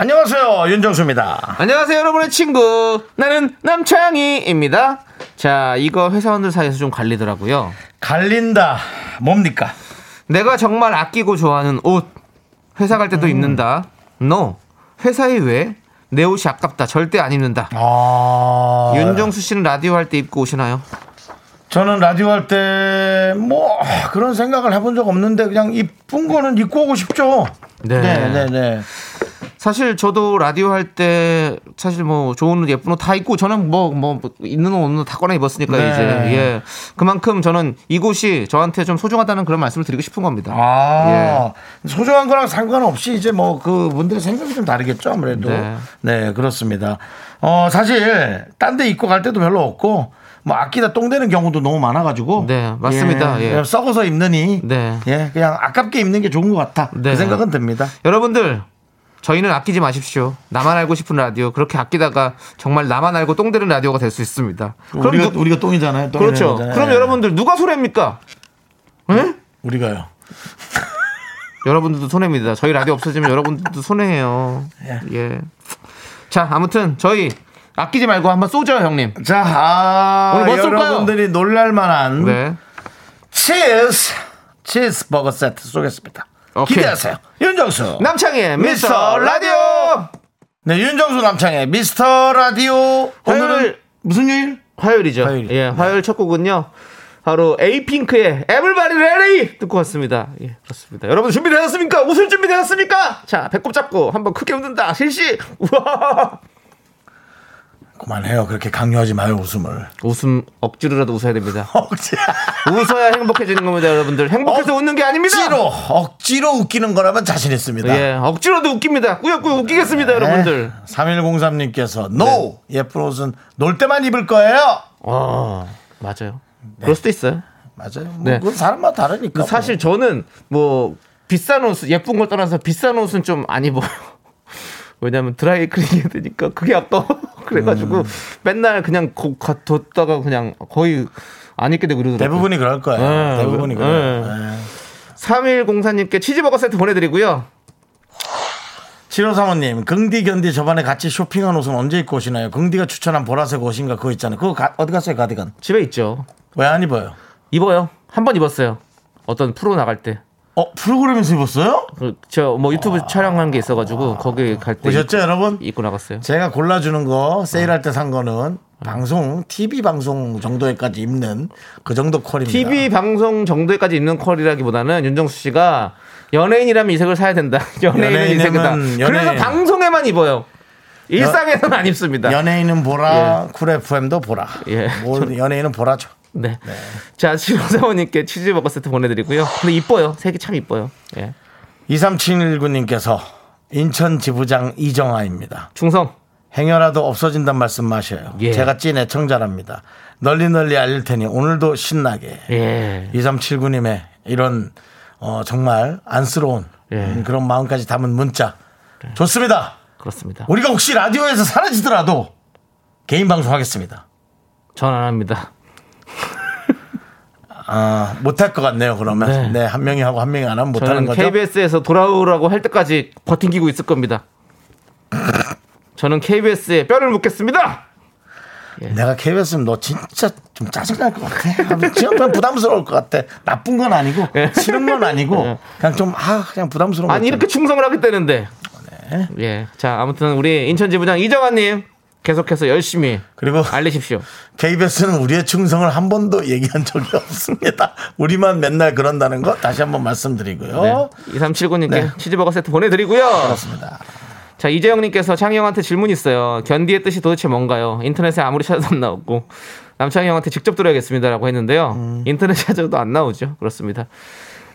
안녕하세요 윤정수입니다. 안녕하세요, 여러분의 친구. 나는 남창희입니다. 자, 이거 회사원들 사이에서 좀 갈리더라고요. 갈린다 뭡니까? 내가 정말 아끼고 좋아하는 옷. 회사 갈 음. 때도 입는다. No. 회사에 왜? 내 옷이 아깝다. 절대 안 입는다. 아 윤정수 씨는 라디오 할 때 입고 오시나요? 저는 라디오 할 때 뭐 그런 생각을 해본 적 없는데 그냥 이쁜 거는 입고 오고 싶죠. 네. 네네네. 네. 사실 저도 라디오 할 때 사실 뭐 좋은 옷 예쁜 옷 다 입고 저는 뭐 뭐 있는 옷 없는 옷 다 꺼내 입었으니까 네. 이제 예 그만큼 저는 이곳이 저한테 좀 소중하다는 그런 말씀을 드리고 싶은 겁니다. 아 예. 소중한 거랑 상관없이 이제 뭐 그분들의 생각이 좀 다르겠죠 아무래도. 네. 네, 그렇습니다. 어 사실 딴 데 입고 갈 때도 별로 없고. 뭐 아끼다 똥되는 경우도 너무 많아가지고 네, 맞습니다. 예. 썩어서 입느니 네. 예 그냥 아깝게 입는 게 좋은 것 같아 네. 그 생각은 듭니다 여러분들 저희는 아끼지 마십시오. 나만 알고 싶은 라디오 그렇게 아끼다가 정말 나만 알고 똥되는 라디오가 될 수 있습니다. 그럼 우리가 누- 우리가 똥이잖아요. 똥이 그렇죠. 되는 거잖아요. 그럼 예. 여러분들 누가 손해입니까? 우리가요. 여러분들도 손해입니다. 저희 라디오 없어지면 여러분들도 손해예요. 예. 자 아무튼 저희 아끼지 말고 한번 쏘죠 형님. 자, 아, 오늘 뭐 쏠까요? 여러분들이 놀랄만한 네. 치즈 치즈 버거 세트 쏘겠습니다. 오케이. 기대하세요. 윤정수. 남창희의 미스터 라디오 네, 윤정수 남창의 미스터 라디오. 오늘은 화요일. 무슨 요일? 화요일이죠. 화요일. 예, 화요일 첫 곡은요. 바로 에이핑크의 에블바리 레리 듣고 왔습니다. 예, 그렇습니다. 여러분 준비되셨습니까? 웃을 준비되셨습니까? 자, 배꼽 잡고 한번 크게 웃는다. 실시. 우와. 그만해요. 그렇게 강요하지 마요, 웃음을. 웃음 억지로라도 웃어야 됩니다. 억지. 웃어야 행복해지는 겁니다, 여러분들. 행복해서 웃는 게 아닙니다. 억지로, 억지로 웃기는 거라면 자신 있습니다. 네. 예, 억지로도 웃깁니다. 꾸역꾸역 웃기겠습니다, 여러분들. 3103님께서, NO! 예쁜 옷은 놀 때만 입을 거예요! 어, 맞아요. 그럴 수도 있어요. 맞아요. 뭐 네. 그건 사람마다 다르니까. 사실 저는 뭐 비싼 옷 예쁜 걸 떠나서 비싼 옷은 좀 안 입어요. 왜냐면 드라이 클리닝 해야 되니까 그게 아까워. 음. 그래가지고 맨날 그냥 고, 가, 뒀다가 그냥 거의 안 입게 되고 이러더라고요. 대부분이 그럴 거예요. 예, 대부분이 예. 그래요. 예. 3104님께 치즈버거 세트 보내드리고요. 7535님, 긍디 견디 저번에 같이 쇼핑한 옷은 언제 입고 오시나요? 긍디가 추천한 보라색 옷인가 그거 있잖아요. 그거 가- 어디 갔어요, 가디건? 집에 있죠. 왜 안 입어요? 입어요. 한 번 입었어요. 어떤 프로 나갈 때. 어, 프로그램에서 입었어요? 저 뭐 유튜브 촬영한 게 있어가지고 거기 갈 때 보셨죠, 여러분? 입고 나갔어요. 제가 골라주는 거 세일할 때 산 거는 방송, TV 방송 정도에까지 입는 그 정도 퀄입니다. TV 방송 정도까지 있는 컬이라기보다는 윤정수 씨가 연예인이라면 이색을 사야 된다. 연예인은 연예인이면 이색이다. 그래서 연예인. 방송에만 입어요. 일상에서는 안 입습니다. 연예인은 보라, 쿨 FM도 보라. 예. 뭘 연예인은 보라죠. 네. 자, 신호사원님께 치즈버거 세트 보내드리고요. 근데 이뻐요. 색이 참 이뻐요. 예. 23719님께서 인천 지부장 이정아입니다. 충성. 행여라도 없어진단 말씀 마셔요. 예. 제가 찐 애청자랍니다. 널리 널리 알릴 테니 오늘도 신나게 예. 2379님의 이런 어, 정말 안쓰러운 예. 그런 마음까지 담은 문자 좋습니다. 그렇습니다. 우리가 혹시 라디오에서 사라지더라도 개인 방송하겠습니다. 전 안 합니다. 아, 못할 것 같네요. 그러면 네. 네. 한 명이 하고 한 명이 안 하면 못하는 저는 거죠. KBS에서 돌아오라고 할 때까지 버팅기고 있을 겁니다. 저는 KBS에 뼈를 묻겠습니다. 내가 KBS면 너 진짜 좀 짜증날 것 같아. 지금 그냥 부담스러울 것 같아. 나쁜 건 아니고 싫은 건 아니고 그냥 좀 네. 아 그냥 부담스러운. 아니 거 이렇게 충성을 하겠다는데. 네. 예. 자 아무튼 우리 인천지 부장 이정환님 계속해서 열심히 그리고 알리십시오. KBS는 우리의 충성을 한 번도 얘기한 적이 없습니다. 우리만 맨날 그런다는 거 다시 한번 말씀드리고요. 네. 2379님께 치즈버거 세트 보내드리고요. 그렇습니다. 자 이재영님께서 창희 형한테 질문 있어요. 견디의 뜻이 도대체 뭔가요? 인터넷에 아무리 찾아도 안 나오고 음. 남창희 형한테 직접 들어야겠습니다라고 했는데요. 인터넷 찾아도 안 나오죠. 그렇습니다.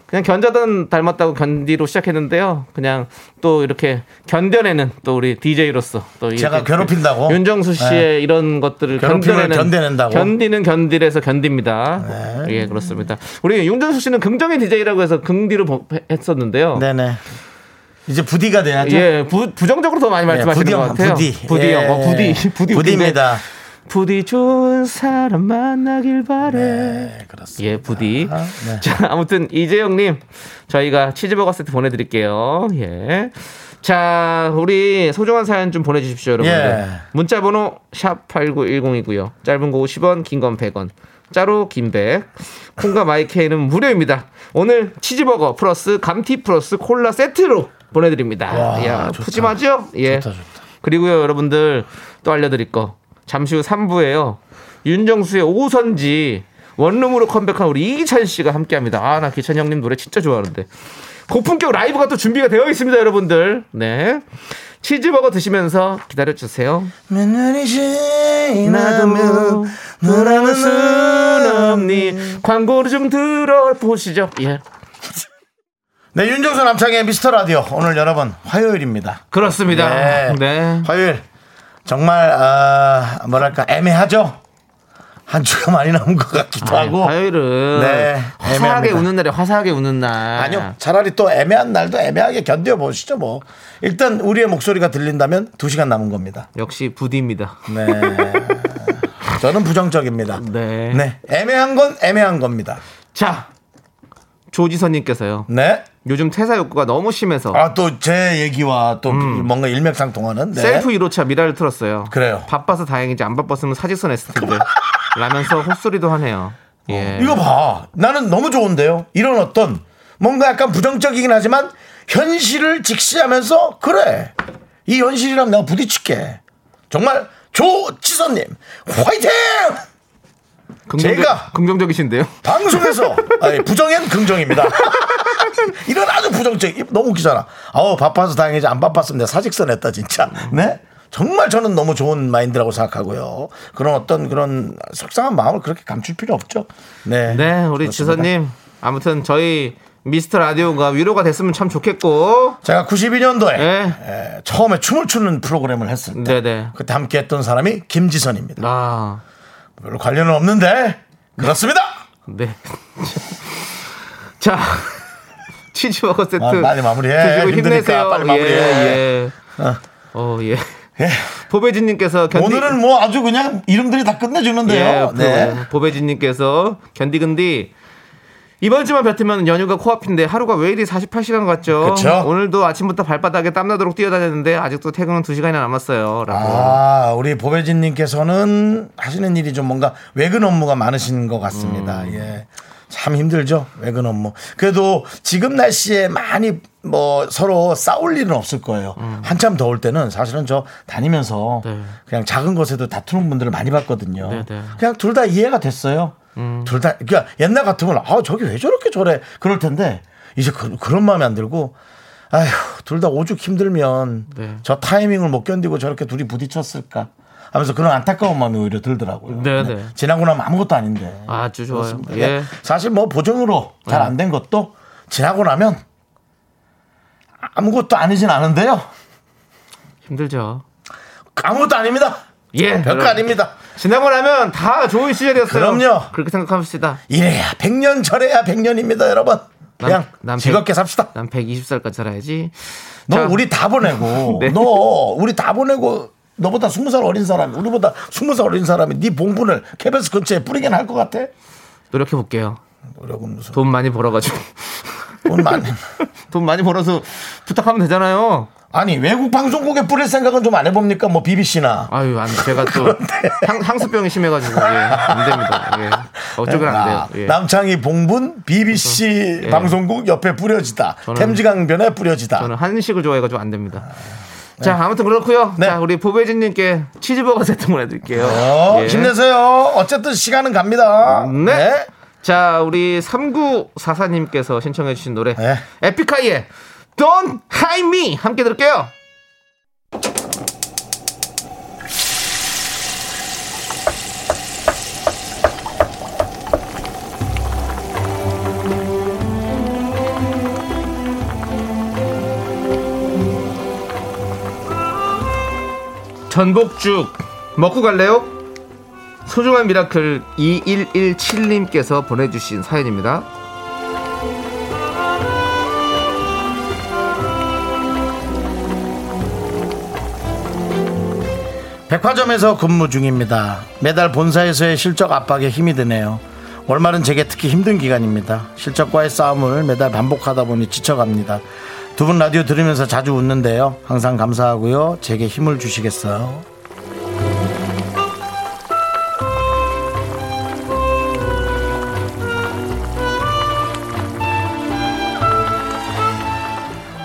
그냥 견자단 닮았다고 견디로 시작했는데요. 그냥 또 이렇게 견뎌내는 또 우리 DJ로서 또 이렇게 제가 괴롭힌다고? 윤정수 씨의 네. 이런 것들을 괴롭힘을 견뎌내는 견뎌낸다고? 네. 견디는 견딜에서 견딥니다. 예 그렇습니다. 우리 윤정수 씨는 긍정의 DJ라고 해서 긍디로 보- 했었는데요. 네네. 이제 부디가 돼야죠. 예, 부, 부정적으로 더 많이 말씀하시는 네, 부디 것 형, 같아요. 부디. 부디 예. 형, 어, 부디, 부디, 부디입니다. 부디인데 부디 좋은 사람 만나길 바래. 네, 그렇습니다. 예, 부디. 아, 네. 자, 아무튼 이재영님 저희가 치즈버거 세트 보내드릴게요. 예. 자, 우리 소중한 사연 좀 보내주십시오, 여러분들. 예. 문자번호 샵 #8910이고요. 짧은 거 50원, 긴 건 100원. 짜로 긴백 콩과 마이케이는 무료입니다. 오늘 치즈버거 플러스 감튀 플러스 콜라 세트로 보내드립니다. 와, 야 좋다. 푸짐하죠? 예. 좋다, 좋다. 그리고요 여러분들 또 알려드릴 거 잠시 후 3부에요 윤정수의 오선지 원룸으로 컴백한 우리 이기찬 씨가 함께합니다 아 나 기찬 형님 노래 진짜 좋아하는데 고품격 라이브가 또 준비가 되어 있습니다 여러분들 네 치즈버거 드시면서 기다려주세요 며느리 지나면 너라는 사람. 없니 광고를 좀 들어보시죠 예 네, 윤정수 남창의 미스터 라디오. 오늘 여러분, 화요일입니다. 그렇습니다 네. 화요일. 정말, 아, 뭐랄까, 애매하죠? 한 주가 많이 남은 것 같기도 하고. 아, 예, 화요일은 네, 화사하게 애매합니다. 우는 날에 화사하게 우는 날 아니요. 차라리 또 애매한 날도 애매하게 견뎌보시죠, 뭐. 일단 우리의 목소리가 들린다면 두시간 남은 겁니다. 역시 부디입니다 네. 저는 부정적입니다. 네. 네. 애매한 건 애매한 겁니다. 자 조지선님께서요. 네. 요즘 퇴사 욕구가 너무 심해서 아, 또 제 얘기와 또 뭔가 일맥상통하는. 네. 음. 셀프 1호차 미라를 틀었어요. 그래요. 바빠서 다행이지 안 바빴으면 사직서 냈을 텐데. 라면서 헛소리도 하네요. 어. 예. 이거 봐. 나는 너무 좋은데요. 이런 어떤 뭔가 약간 부정적이긴 하지만 현실을 직시하면서 그래. 이 현실이랑 내가 부딪힐게. 정말 조지선님 화이팅! 긍정적, 제가! 긍정적이신데요. 방송에서 아니, 부정엔 긍정입니다. 이런 아주 부정적 너무 웃기잖아. 아우 바빠서 다행이지 안 바빴으면 내가 사직서 냈다 진짜. 네? 정말 저는 너무 좋은 마인드라고 생각하고요. 그런 어떤 그런 속상한 마음을 그렇게 감출 필요 없죠. 네. 네, 우리 그렇습니다. 지선님 아무튼 저희 미스터 라디오가 위로가 됐으면 참 좋겠고. 제가 92년도에 네. 처음에 춤을 추는 프로그램을 했을 때 네네. 그때 함께 했던 사람이 김지선입니다. 아, 별로 관련은 없는데 그렇습니다. 네. 자, 치즈버거 세트. 아, 빨리 마무리해. 드시고 힘드니까 빨리 마무리해. 예, 예. 어. 어, 예. 예. 보배진님께서 견디... 오늘은 뭐 아주 그냥 이름들이 다 끝내주는데요. 그러니까 네. 예, 네. 보- 보배진님께서 견디근디 이번 주만 뱉으면 연휴가 코앞인데 하루가 왜 이리 48시간 같죠? 그쵸. 오늘도 아침부터 발바닥에 땀나도록 뛰어다녔는데 아직도 퇴근은 2시간이나 남았어요. 라고. 아, 우리 보배진님께서는 하시는 일이 좀 뭔가 외근 업무가 많으신 것 같습니다. 음. 예. 참 힘들죠. 외근 업무. 그래도 지금 날씨에 많이 뭐 서로 싸울 일은 없을 거예요. 음. 한참 더울 때는 사실은 저 다니면서 그냥 작은 것에도 다투는 분들을 많이 봤거든요. 네, 네. 그냥 둘 다 이해가 됐어요. 음. 둘 다, 그러니까 옛날 같으면 아, 저게 왜 저렇게 저래? 그럴 텐데 이제 그, 그런 마음이 안 들고 아휴, 둘 다 오죽 힘들면 네. 저 타이밍을 못 견디고 저렇게 둘이 부딪혔을까 하면서 그런 안타까운 마음이 오히려 들더라고요. 네, 네. 지나고 나면 아무것도 아닌데. 아주 좋아요. 그렇습니다. 예. 네. 사실 뭐 보정으로 잘 안 된 것도 지나고 나면 아무것도 아니진 않은데요. 힘들죠. 아무것도 아닙니다. 예, 별거 여러분. 아닙니다. 지나고 나면 다 좋은 시절이었어요. 그럼요. 그렇게 생각합시다. 이래야 100년 저래야 100년입니다, 여러분. 그냥 난 즐겁게 백- 삽시다. 난 120살까지 살아야지. 너 자, 우리 다 보내고 네. 너 우리 다 보내고 너보다 스무 살 어린 사람이 우리보다 스무 살 어린 사람이 네 봉분을 KBS 근처에 뿌리긴 할 것 같아. 노력해볼게요. 그러고 무슨 돈 많이 벌어가지고. 돈 많이 돈 많이 벌어서 부탁하면 되잖아요. 아니 외국 방송국에 뿌릴 생각은 좀 안 해봅니까? 뭐 BBC나 아유, 안 제가 또 향, 향수병이 심해가지고 예, 안 됩니다. 예. 어쩌면 안 돼요. 예. 아, 남창희 봉분 BBC 예. 방송국 옆에 뿌려지다. 저는- 템지강변에 뿌려지다. 저는 한식을 좋아해가지고 안 됩니다. 자, 아무튼 그렇고요. 네. 자, 우리 보배진님께 치즈버거 세트 보내드릴게요. 어, 예. 힘내세요. 어쨌든 시간은 갑니다. 네. 자, 우리 3944님께서 신청해주신 노래 네. 에픽하이의 Don't Hide Me 함께 들을게요. 전복죽 먹고 갈래요? 소중한 미라클 2117님께서 보내주신 사연입니다. 백화점에서 근무 중입니다. 매달 본사에서의 실적 압박에 힘이 드네요. 월말은 제게 특히 힘든 기간입니다. 실적과의 싸움을 매달 반복하다 보니 지쳐갑니다. 두 분 라디오 들으면서 자주 웃는데요. 항상 감사하고요. 제게 힘을 주시겠어요.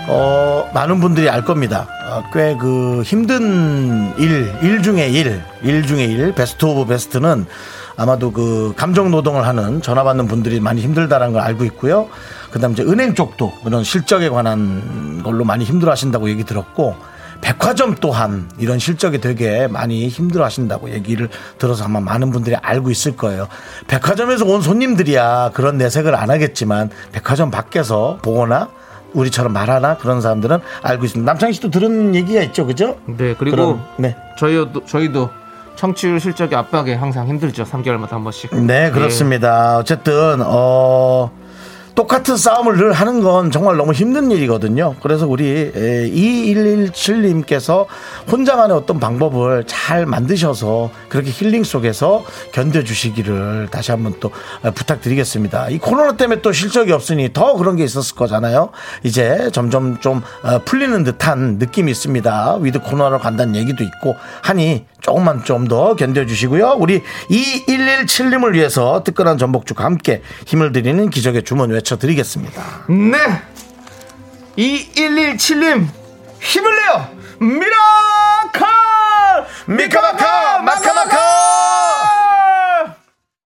어, 많은 분들이 알 겁니다. 꽤 그 힘든 일, 일 중에 일, 일 중에 일, 베스트 오브 베스트는 아마도 그 감정 노동을 하는 전화 받는 분들이 많이 힘들다라는 걸 알고 있고요. 그다음 이제 은행 쪽도 그런 실적에 관한 걸로 많이 힘들어 하신다고 얘기 들었고 백화점 또한 이런 실적이 되게 많이 힘들어 하신다고 얘기를 들어서 아마 많은 분들이 알고 있을 거예요. 백화점에서 온 손님들이야 그런 내색을 안 하겠지만 백화점 밖에서 보거나 우리처럼 말하나 그런 사람들은 알고 있습니다. 남창희 씨도 들은 얘기가 있죠, 그죠? 네, 그리고 그럼, 네. 저희도, 저희도 청취율 실적이 압박에 항상 힘들죠. 3개월마다 한 번씩. 네, 그렇습니다. 어쨌든 어 똑같은 싸움을 늘 하는 건 정말 너무 힘든 일이거든요. 그래서 우리 2117님께서 혼자만의 어떤 방법을 잘 만드셔서 그렇게 힐링 속에서 견뎌주시기를 다시 한번 또 에, 부탁드리겠습니다. 이 코로나 때문에 또 실적이 없으니 더 그런 게 있었을 거잖아요. 이제 점점 좀 어, 풀리는 듯한 느낌이 있습니다. 위드 코로나로 간다는 얘기도 있고 하니 조금만 좀 더 견뎌주시고요. 우리 2117님을 위해서 뜨끈한 전복죽과 함께 힘을 드리는 기적의 주문 외쳐드리겠습니다. 예. 네! 2117님! 힘을 내요! 미라카! 미카마카! 마카마카!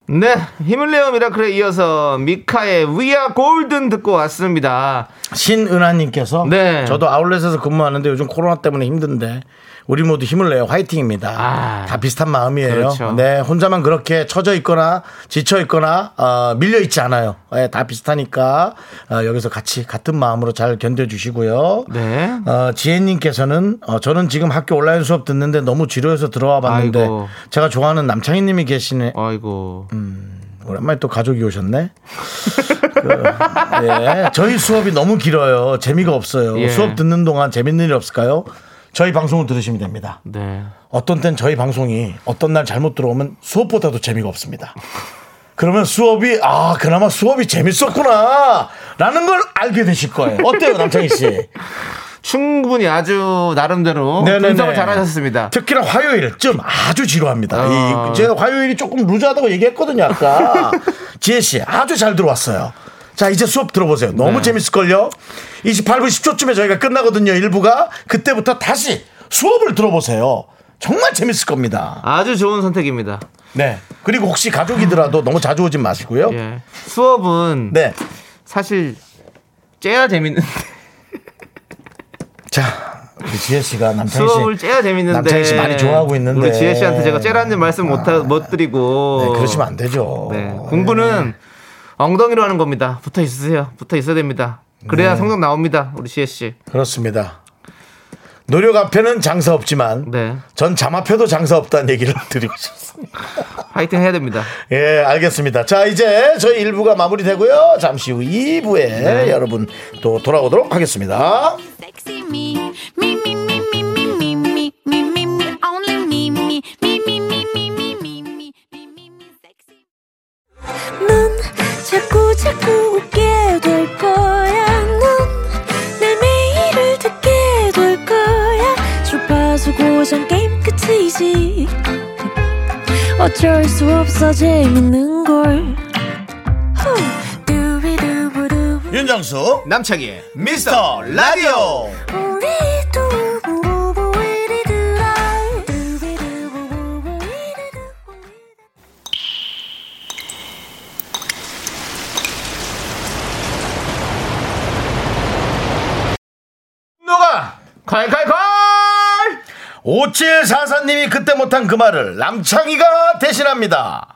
네, 힘을 내요 미라클에 이어서 미카의 We Are Golden 듣고 왔습니다. 신은하님께서 네. 저도 아울렛에서 근무하는데 요즘 코로나 때문에 힘든데 우리 모두 힘을 내요. 화이팅입니다. 아. 다 비슷한 마음이에요. 그렇죠. 네, 혼자만 그렇게 처져 있거나 지쳐 있거나 어, 밀려 있지 않아요. 예, 다 비슷하니까 어, 여기서 같이 같은 마음으로 잘 견뎌주시고요. 네. 어, 지혜님께서는 어, 저는 지금 학교 온라인 수업 듣는데 너무 지루해서 들어와 봤는데 아이고. 제가 좋아하는 남창희님이 계시네. 아이고. 음. 오랜만에 또 가족이 오셨네. 그, 예, 저희 수업이 너무 길어요. 재미가 없어요. 예. 수업 듣는 동안 재밌는 일 없을까요? 저희 방송을 들으시면 됩니다. 네. 어떤 땐 저희 방송이 어떤 날 잘못 들어오면 수업보다도 재미가 없습니다. 그러면 수업이 아 그나마 수업이 재밌었구나라는 걸 알게 되실 거예요. 어때요, 남창희 씨? 충분히 아주 나름대로 네네네. 어, 분석을 잘 하셨습니다. 특히나 화요일쯤 아주 지루합니다. 어. 이- 제가 화요일이 조금 루즈하다고 얘기했거든요, 아까. 지혜 씨, 아주 잘 들어왔어요. 자, 이제 수업 들어보세요. 너무 네. 재밌을걸요? 28분 10초쯤에 저희가 끝나거든요, 일부가. 그때부터 다시 수업을 들어보세요. 정말 재밌을 겁니다. 아주 좋은 선택입니다. 네. 그리고 혹시 가족이더라도 너무 자주 오진 마시고요. 예. 수업은 네. 사실 째야 재밌는데 자, 우리 지혜 씨가 네, 남편이 수업을 째야 재밌는데 남창희 씨 많이 좋아하고 있는데. 아. 우리 지혜 씨한테 제가 째라는 말씀 못, 하- 못 드리고 네, 그러시면 안 되죠. 네, 공부는 엉덩이로 하는 겁니다. 붙어 있으세요. 붙어 있어야 됩니다. 그래야 네. 성적 나옵니다. 우리 지혜 씨. 그렇습니다. 노력 앞에는 장사 없지만 네. 전 자마표도 장사 없다는 얘기를 드리고 싶습니다. 파이팅 해야 됩니다. 예, 알겠습니다. 자, 이제 저희 1부가 마무리되고요. 잠시 후 2부에 여러분 또 돌아오도록 하겠습니다. Sexy me, me, me, me, me, me, me, me, me, me, me, only me, me, me, me, me, me, me, me, me, me, me, me, sexy. 넌 자꾸 자꾸 웃게 될 거야. 넌내 매일을 듣게 될 거야. 주파수 고정 게임 끝이지. 어쩔 수 없어 재밌는 걸. 후. 두비두부두부. 윤정수, 네. 남창희. 미스터 라디오. 우리 두부부부 우리 두라. 두비두부부부 우리 두부부. 너가 칼칼칼! 5744님이 그때 못한 그 말을 남창희가 대신합니다.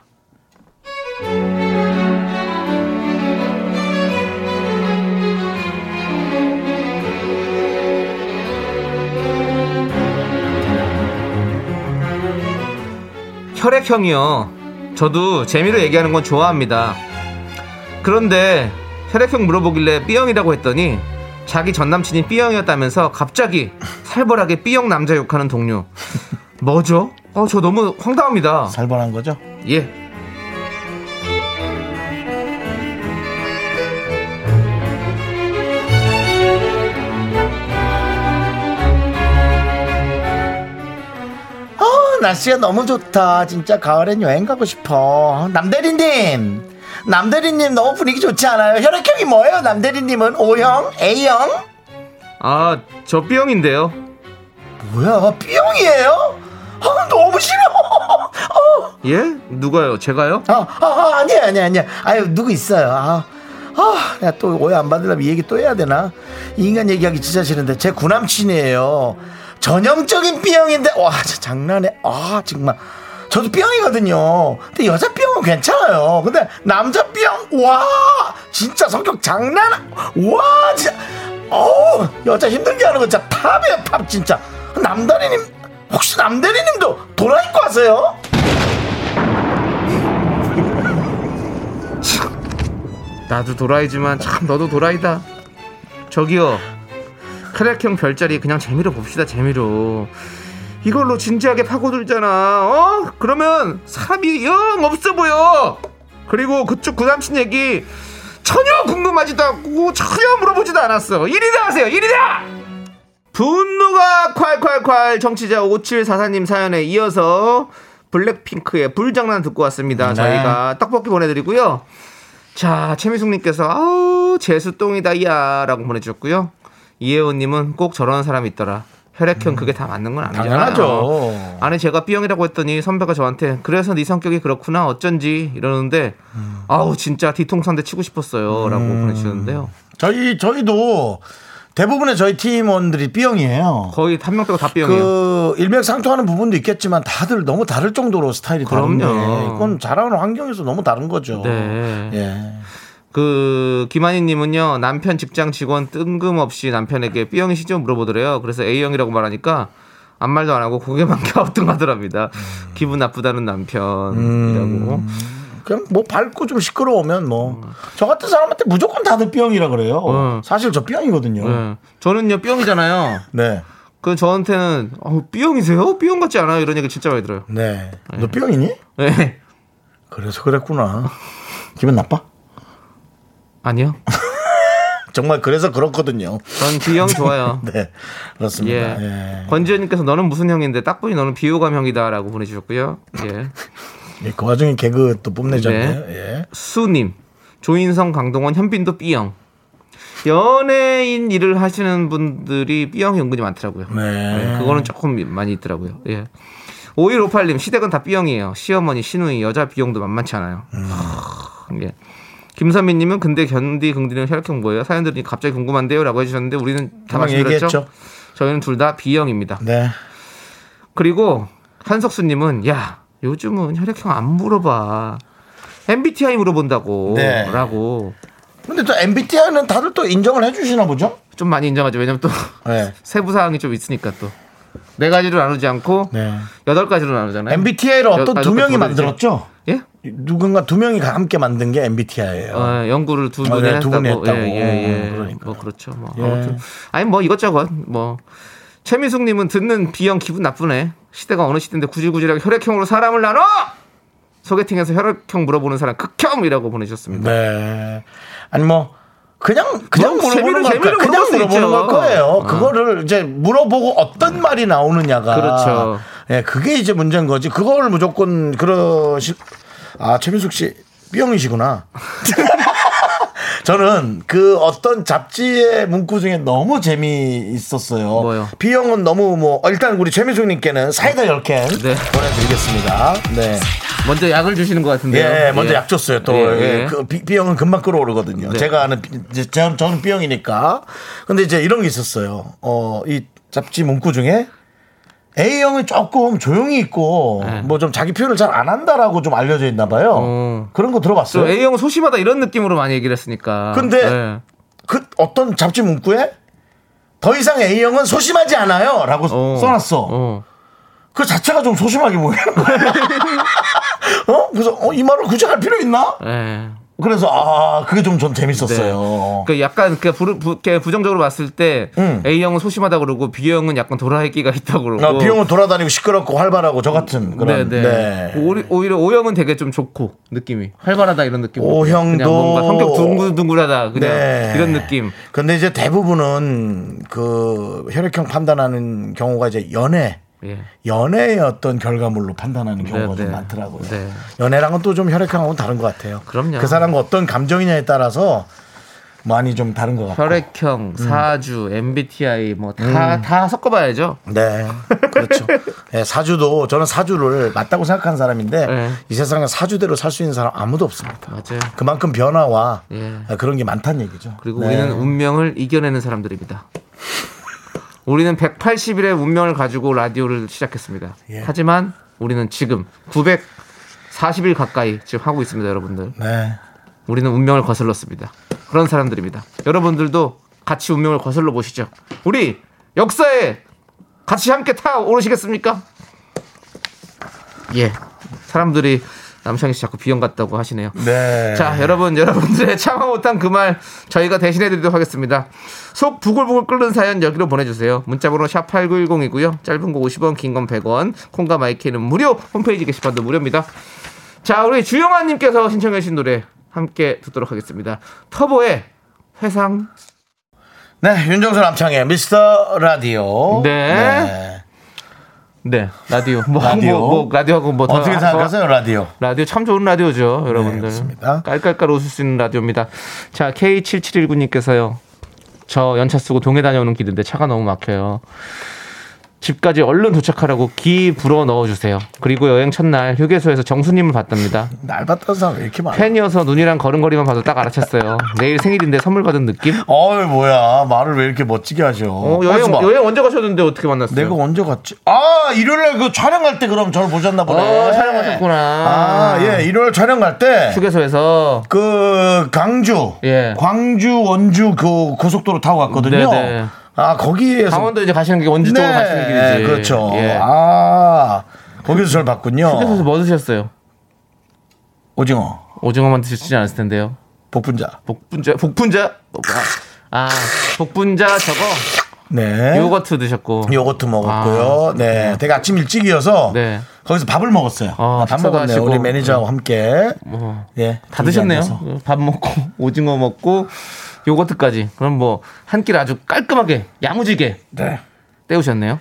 혈액 형이요. 저도 재미로 얘기하는 건 좋아합니다. 그런데 혈액형 물어보길래 B형이라고 했더니 자기 전 남친이 B형이었다면서 갑자기 살벌하게 B형 남자 욕하는 동료. 뭐죠? 어, 저 너무 황당합니다. 살벌한 거죠? 예. 어, 날씨가 너무 좋다. 진짜 가을엔 여행 가고 싶어. 남대리님. 남대리님 너무 분위기 좋지 않아요? 혈액형이 뭐예요? 남대리님은 O형? A형? 아, 저 B형인데요. 뭐야, B형이에요? 아, 너무 싫어. 어. 예? 누가요? 제가요? 아, 아, 아, 아니야, 아니야, 아니야. 아유, 누구 있어요. 아, 아, 내가 또 오해 안 받으려면 이 얘기 또 해야 되나? 이 인간 얘기하기 진짜 싫은데, 제 구남친이에요. 전형적인 B형인데, 와, 진짜 장난해. 아, 정말. 저도 B형이거든요. 근데 여자 B형은 괜찮아요. 근데 남자 B형, 와, 진짜 성격 장난, 와, 진짜. 어우, 여자 힘들게 하는 거 진짜 탑이에요, 탑, 진짜. 남다리님, 혹시 남대리님도 도라이코 하세요? 나도 도라이지만 참 너도 도라이다. 저기요. 크랙형 별자리 그냥 재미로 봅시다. 재미로. 이걸로 진지하게 파고들잖아. 어? 그러면 사람이 영 없어 보여. 그리고 그쪽 구남친 얘기 전혀 궁금하지도 않고 전혀 물어보지도 않았어. 1위다 하세요. 1위다. 분노가 콸콸콸 정치자 5744님 사연에 이어서 블랙핑크의 불장난 듣고 왔습니다. 저희가 떡볶이 보내드리고요. 자, 최미숙님께서 아우 재수똥이다 야라고 보내주셨고요. 이혜원님은 꼭 저런 사람이 있더라. 혈액형 음. 그게 다 맞는 건 아니잖아요. 당연하죠. 아니 제가 B형이라고 했더니 선배가 저한테 그래서 네 성격이 그렇구나 어쩐지 이러는데 음. 아우 진짜 뒤통수한대 치고 싶었어요라고 보내주셨는데요. 저희 저희도 대부분의 저희 팀원들이 B형이에요. 거의 한 명 빼고 다 B형이에요. 그 일맥상통하는 부분도 있겠지만 다들 너무 다를 정도로 스타일이 그럼요. 다른데 이건 자라는 환경에서 너무 다른 거죠. 네. 예. 그 김한희님은요 남편 직장 직원 뜬금없이 남편에게 B형이시죠 물어보더래요. 그래서 A형이라고 말하니까 아무 말도 안 하고 고개만 갸우뚱하더랍니다. 음. 기분 나쁘다는 남편이라고. 그냥 뭐 밟고 좀 시끄러우면 뭐 저 같은 사람한테 무조건 다들 B형이라 그래요. 음. 사실 저 B형이거든요. 네. 네. 저는요 B형이잖아요. 네. 그 저한테는 어, B형이세요? B형 같지 않아요? 이런 얘기 진짜 많이 들어요. 네. 너 B형이니? 네. 그래서 그랬구나. 기분 나빠? 아니요. 정말 그래서 그렇거든요. 전 B형 좋아요. 네. 그렇습니다. 예. 예. 권지현님께서 너는 무슨 형인데 딱 보니 너는 비호감 형이다라고 보내주셨고요. 예. 예, 그 와중에 개그 또 뽐내셨네요. 네. 예. 수님, 조인성, 강동원, 현빈도 B형. 연예인 일을 하시는 분들이 B형이 은근히 많더라고요. 네. 그거는 조금 많이 있더라고요. 예. 5158님, 시댁은 다 B형이에요. 시어머니, 시누이, 여자 B형도 만만치 않아요. 음. 예. 김선미님은 근데 견디 긍디는 혈액형 뭐예요? 사연들이 갑자기 궁금한데요라고 해주셨는데 우리는 금방 다 말씀드렸죠. 얘기했죠. 저희는 둘 다 B형입니다. 네. 그리고 한석수님은 야 요즘은 혈액형 안 물어봐 MBTI 물어본다고 네. 라고 근데 또 MBTI는 다들 또 인정을 해주시나 보죠? 좀 많이 인정하죠 왜냐면 또 네. 세부 사항이 좀 있으니까 또 네 가지로 나누지 않고 네. 여덟 가지로 나누잖아요 MBTI를 어떤 네. 여- 두 명이 여덟 가지로 만들었죠? 예 누군가 두 명이 함께 만든 게 MBTI예요. 어, 연구를 두 아, 분이 네, 두 분이 했다고 했다고. 어, 예예예 그러니까요. 뭐 그렇죠 뭐 예. 아무튼 아니 뭐 이것저것 뭐 최미숙님은 듣는 비형 기분 나쁘네 시대가 어느 시대인데 구질구질하게 혈액형으로 사람을 나눠 소개팅에서 혈액형 물어보는 사람 극혐이라고 보내주셨습니다. 네. 아니 뭐 그냥 그냥 뭐, 물어보는 재미로- 걸 거예요. 재미로 그냥 물어볼 수 물어보는 걸 있죠. 거예요. 네. 어. 그거를 이제 물어보고 어떤 말이 나오느냐가 그렇죠. 예, 그게 이제 문제인 거지. 그걸 무조건 그러시 아 최민숙 씨 B형이시구나. 저는 그 어떤 잡지의 문구 중에 너무 재미있었어요. 뭐요? B형은 너무 뭐 어, 일단 우리 최민숙님께는 사이다 10캔 네. 보내드리겠습니다. 네. 먼저 약을 주시는 것 같은데요. 예, 먼저 약 줬어요. 또 예, 예, 예. 그 비- B형은 금방 끌어오르거든요. 네. 제가 아는 비- 이제 저는, 저는 B형이니까. 근데 이제 이런 게 있었어요. 어, 이 잡지 문구 중에 A형은 조금 조용히 있고 네. 뭐 좀 자기 표현을 잘 안 한다라고 좀 알려져 있나 봐요. 어. 그런 거 저 들어봤어요. A형 은 소심하다 이런 느낌으로 많이 얘기를 했으니까. 근데 예. 그 어떤 잡지 문구에 더 이상 A형은 소심하지 않아요. 라고 어. 써놨어. 어. 그 자체가 좀 소심하게 보이는 거예요. 어? 그래서 어, 이 말을 굳이 할 필요 있나? 예. 그래서 아 그게 좀 전 재밌었어요. 그 약간 그 부, 부, 이렇게 부정적으로 봤을 때 음. A 형은 소심하다 그러고 B 형은 약간 도라이기가 있다 그러고. 음, 나 비용은 돌아다니고 시끄럽고 활발하고 저 같은 그런 네네. 네. 오리- 오히려 오형은 되게 좀 좋고 느낌이 활발하다 이런 느낌. 오형도- 그냥 뭔가 성격 둥글둥글하다 그냥 네. 이런 느낌. 근데 이제 대부분은 그 혈액형 판단하는 경우가 이제 연애 예. 연애의 어떤 결과물로 판단하는 경우가 네, 좀 네. 많더라고요. 네. 연애랑은 또 좀 혈액형하고 는 다른 것 같아요. 그럼요. 그 사람과 어떤 감정이냐에 따라서 많이 좀 다른 것 같아요. 음. 혈액형, 사주, MBTI 뭐 다 다 섞어봐야죠. 네, 그렇죠. 네, 사주도 저는 사주를 맞다고 생각하는 사람인데 네. 이 세상에 사주대로 살 수 있는 사람 아무도 없습니다. 맞아요. 그만큼 변화와 아, 예. 그런 게 많다는 얘기죠. 그리고 네. 우리는 음- 운명을 이겨내는 사람들입니다. 우리는 180일의 운명을 가지고 라디오를 시작했습니다. 예. 하지만 우리는 지금 940일 가까이 지금 하고 있습니다, 여러분들. 네. 우리는 운명을 거슬렀습니다. 그런 사람들입니다. 여러분들도 같이 운명을 거슬러 보시죠. 우리 역사에 같이 함께 타 오르시겠습니까? 예. 사람들이 남창희 씨 자꾸 비형 같다고 하시네요. 네. 자, 여러분, 여러분들의 참아 못한 그 말 저희가 대신해 드리도록 하겠습니다. 속 부글부글 끓는 사연 여기로 보내주세요. 문자번호 샵8910이고요. 짧은 거 50원, 긴 건 100원, 콩과 마이크는 무료, 홈페이지 게시판도 무료입니다. 자, 우리 주영아님께서 신청해 주신 노래 함께 듣도록 하겠습니다. 터보의 회상. 네, 윤정수 남창의 미스터 라디오. 네. 네, 라디오. 뭐, 라디오. 뭐, 뭐, 라디오하고 뭐. 더 어떻게 더- 생각하세요, 라디오? 라디오 참 좋은 라디오죠, 여러분들. 네, 그렇습니다. 깔깔깔 웃을 수 있는 라디오입니다. 자, K7719님께서요. 저 연차 쓰고 동해 다녀오는 길인데 차가 너무 막혀요. 집까지 얼른 도착하라고 기 불어 넣어주세요. 그리고 여행 첫날 휴게소에서 정수님을 봤답니다. 날 봤던 사람 왜 이렇게 많아? 팬이어서 눈이랑 걸음걸이만 봐도 딱 알아챘어요. 내일 생일인데 선물 받은 느낌? 어이, 뭐야. 말을 왜 이렇게 멋지게 하셔. 어, 하지 여행, 마. 여행 언제 가셨는데 어떻게 만났어요? 내가 언제 갔지? 아, 일요일날 그 촬영할 때 그럼 저를 보셨나 보네. 어, 촬영하셨구나. 아, 예. 일요일 촬영갈 때. 휴게소에서 그 강주, 예. 광주, 원주 그 고속도로 타고 갔거든요. 네, 네. 아 거기에서 강원도 이제 가시는 게 원주 쪽으로 가시는 길이지. 네, 그렇죠. 예. 아 거기서 저를 휴게소에서 봤군요. 뭐 드셨어요? 오징어, 오징어만 드시지 않았을 텐데요. 복분자. 복분자, 복분자, 아, 아, 복분자 저거 네. 요거트 드셨고. 요거트 먹었고요. 네. 되게 아침 일찍이어서 네. 거기서 밥을 먹었어요. 어, 아, 밥 식사도 먹었네요. 하시고. 우리 매니저하고 함께. 뭐, 예. 다 둘이 앉아서. 드셨네요. 밥 먹고 오징어 먹고 요거트까지. 그럼 뭐 한 끼 아주 깔끔하게 야무지게 네. 때우셨네요.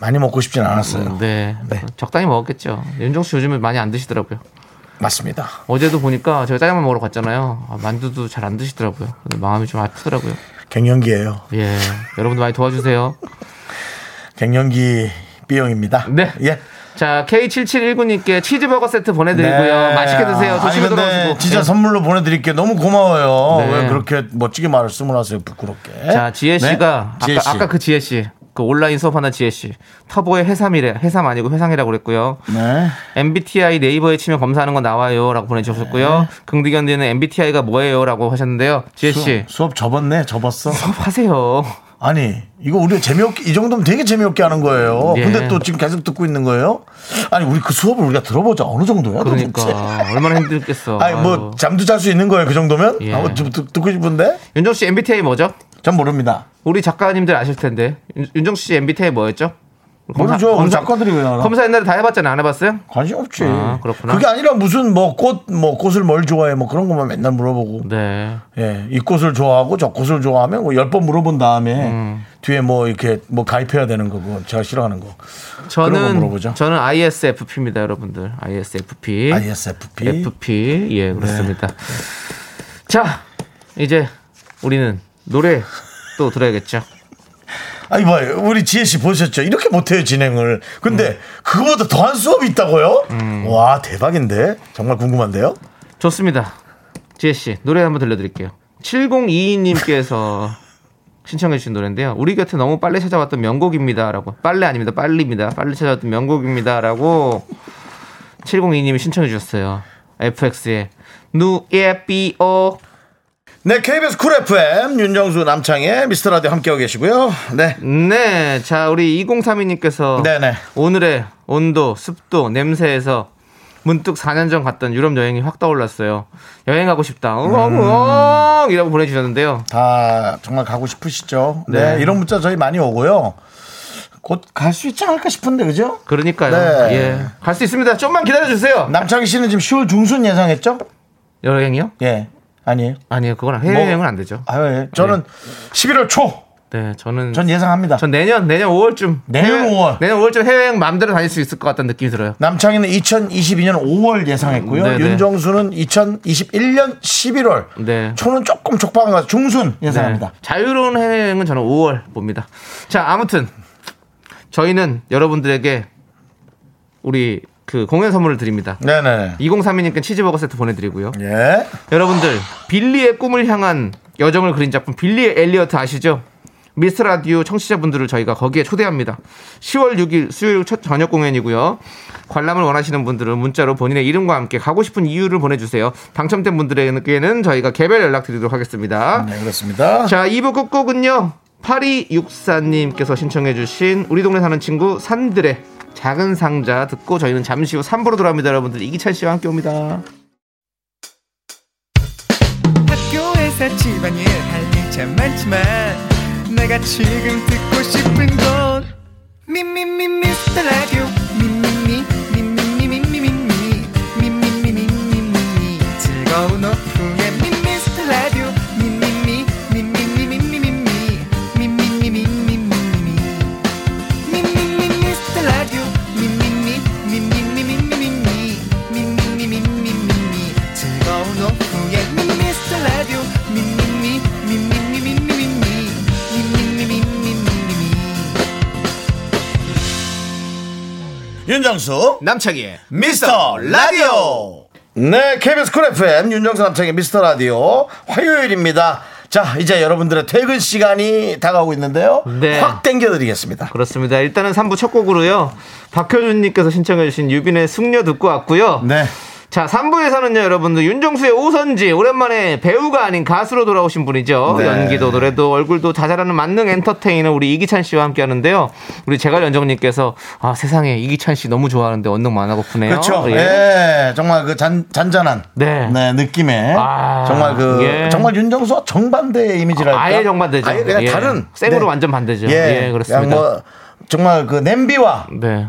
많이 먹고 싶진 않았어요. 네. 네. 적당히 먹었겠죠. 윤정 씨 요즘에 많이 안 드시더라고요. 맞습니다. 어제도 보니까 제가 짜장면 먹으러 갔잖아요. 아, 만두도 잘 안 드시더라고요. 근데 마음이 좀 아프더라고요. 갱년기예요. 예. 여러분들 많이 도와주세요. 갱년기 B형입니다. 네. 예. 자, K7719님께 치즈버거 세트 보내드리고요. 네. 맛있게 드세요. 조심히 아니, 근데 돌아오시고. 진짜 예. 선물로 보내드릴게요. 너무 고마워요. 네. 왜 그렇게 멋지게 말을 쓰면 하세요, 부끄럽게. 자, 지혜 네? 씨가 지혜 아까, 씨. 아까 그 지혜 씨. 그 온라인 수업 하나 지혜 씨. 터보의 해삼이래. 해삼 아니고 해상이라고 그랬고요. 네. MBTI 네이버에 치면 검사하는 거 나와요라고 보내 네. 주셨고요. 긍디견디는 MBTI가 뭐예요라고 하셨는데요. 지혜 씨. 수업, 수업 접었네, 접었어. 하세요. 아니, 이거 우리가 재미없게, 이 정도면 되게 재미없게 하는 거예요. 예. 근데 또 지금 계속 듣고 있는 거예요? 아니, 우리 그 수업을 우리가 들어보자. 어느 정도야? 그러니까 도대체? 얼마나 힘들겠어. 아니, 뭐, 아이고. 잠도 잘 수 있는 거예요, 그 정도면? 예. 아, 뭐 좀 듣- 듣고 싶은데? 윤정 씨 MBTI 뭐죠? 전 모릅니다. 우리 작가님들 아실 텐데. 윤- 윤정 씨 MBTI 뭐였죠? 모르죠. 우리 작가들이 왜 알아? 검사 옛날에 다 해봤잖아요. 안 해봤어요? 관심 없지. 아, 그렇구나. 그게 아니라 무슨 뭐 꽃, 뭐 꽃을 뭘 좋아해 뭐 그런 것만 맨날 물어보고. 네. 예, 이 꽃을 좋아하고 저 꽃을 좋아하면 뭐 열 번 물어본 다음에 뒤에 뭐 이렇게 뭐 가입해야 되는 거고 제가 싫어하는 거. 그런 거 물어보죠. 저는 저는 ISFP입니다, 여러분들. ISFP. ISFP. FP. 예, 그렇습니다. 자, 이제 우리는 노래 또 들어야겠죠. 아니 봐요. 우리 지혜 씨 보셨죠? 이렇게 못해요 진행을. 근데 그거보다 더한 수업이 있다고요? 와 대박인데 정말 궁금한데요. 좋습니다. 지혜 씨, 노래 한번 들려드릴게요. 7022님께서 신청해주신 노래인데요. 우리 곁에 너무 빨리 찾아왔던 명곡입니다라고. 빨래 아닙니다. 빨리입니다. 빨리 찾아왔던 명곡입니다라고 예, 어. 7022님이 신청해주셨어요. FX의 누예비오 네, KBS 쿨 FM 윤정수 남창의 미스터라디오 함께하고 계시고요. 네. 네, 자 우리 2032님께서 네네. 오늘의 온도, 습도, 냄새에서 문득 4년 전 갔던 유럽 여행이 확 떠올랐어요. 여행 가고 싶다. 엉엉엉 이라고 보내주셨는데요. 다 정말 가고 싶으시죠? 네. 네. 이런 문자 저희 많이 오고요. 곧 갈 수 있지 않을까 싶은데, 그죠? 그러니까요. 네. 예, 갈 수 있습니다. 좀만 기다려 주세요. 남창희 씨는 지금 10월 중순 예상했죠? 여행이요? 예. 아니에요. 아니요, 뭐- 그건 해외여행은 안 되죠. 아유, 예. 저는 11월 초! 네, 저는 전 예상합니다. 전 내년 내년 5월쯤 내년 5월. 내년 5월쯤 해외여행 마음대로 다닐 수 있을 것 같다는 느낌이 들어요. 남창희는 2022년 5월 예상했고요. 음, 네네. 윤정수는 2021년 11월. 네. 초는 조금 촉박한 것 같아요. 중순 예상합니다. 네. 자유로운 해외여행은 저는 5월 봅니다. 자, 아무튼 저희는 여러분들에게 우리 그 공연 선물을 드립니다. 네. 네네. 2032님께 치즈버거 세트 보내드리고요. 예. 여러분들 빌리의 꿈을 향한 여정을 그린 작품 빌리의 엘리어트 아시죠? 미스터 라디오 청취자분들을 저희가 거기에 초대합니다. 10월 6일 수요일 첫 저녁 공연이고요. 관람을 원하시는 분들은 문자로 본인의 이름과 함께 가고 싶은 이유를 보내주세요. 당첨된 분들에게는 저희가 개별 연락드리도록 하겠습니다. 네, 그렇습니다. 자, 2부 끝곡은요. 8264님께서 신청해주신 우리 동네 사는 친구 산들의 작은 상자 듣고 저희는 잠시 후 3부로 돌아옵니다. 여러분들 이기찬 씨와 함께 옵니다. 학교에서 집안일 할 일 참 많지만 내가 지금 듣고 싶은 건 미미미 미스터 라디오 미미미 미미미 미미미 미미미 미미미 즐거운 오후에 미스터 라디오 미미미 미미미 미미미 미미미 미미미 미미미 미스터 라디오 미미미 미미미 미미미 미미미 미미미 즐거운 오후에 미스터 라디오 미미미 미미미 미미미 미미미 미미미 윤정수. 남창희의 미스터 라디오. 네, KBS 쿨 FM 윤정수 남창의 미스터 라디오 화요일입니다. 자, 이제 여러분들의 퇴근 시간이 다가오고 있는데요. 네. 확 땡겨드리겠습니다. 그렇습니다. 일단은 3부 첫 곡으로요. 박효준님께서 신청해주신 유빈의 숙녀 듣고 왔고요. 네. 자, 3부에서는요, 여러분들, 윤정수의 오선지, 오랜만에 배우가 아닌 가수로 돌아오신 분이죠. 네. 연기도, 노래도, 얼굴도 자잘하는 만능 엔터테이너 우리 이기찬 씨와 함께 하는데요. 우리 제갈연정님께서, 아, 세상에, 이기찬 씨 너무 좋아하는데 언능 많아고프네요. 그렇죠. 예. 정말 그 잔, 잔잔한 네. 네, 느낌의 아, 정말 그 예. 정말 윤정수와 정반대의 이미지랄까. 아예 정반대죠. 아예 그냥 예. 다른 네. 생으로 완전 반대죠. 예, 그렇습니다. 그냥 뭐 정말 그 냄비와 네.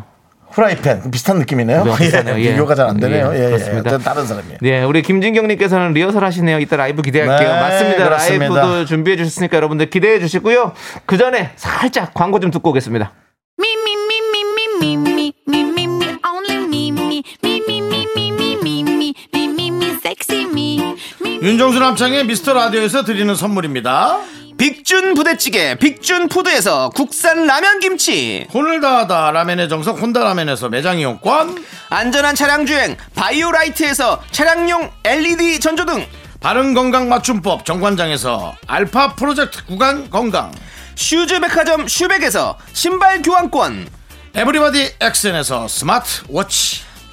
후라이팬 그 비슷한 느낌이네요. 네, 비슷하네요. 예. 비교가 잘 안 되네요. 예, 예, 예, 그렇습니다. 어쨌든 다른 사람이에요. 네, 우리 김진경님께서는 리허설 하시네요. 이따 라이브 기대할게요. 네, 맞습니다. 그렇습니다. 라이브도 준비해 주셨으니까 여러분들 기대해 주시고요. 그 전에 살짝 광고 좀 듣고 오겠습니다. Me, me, me, me, me, me, me, me, me, me, only me, me, me, me, me, me, me, me, me, me, me, me, sexy me, me, 윤정수 남창의 미스터 라디오에서 드리는 선물입니다. 빅준 부대찌개 빅준 푸드에서 국산 라면 김치 혼을 다하다 라면의 정석 혼다 라면에서 매장 이용권 안전한 차량 주행 바이오라이트에서 차량용 LED 전조등 바른 건강 맞춤법 정관장에서 알파 프로젝트 구간 건강 슈즈 백화점 슈백에서 신발 교환권 에브리바디 엑센에서 스마트 워치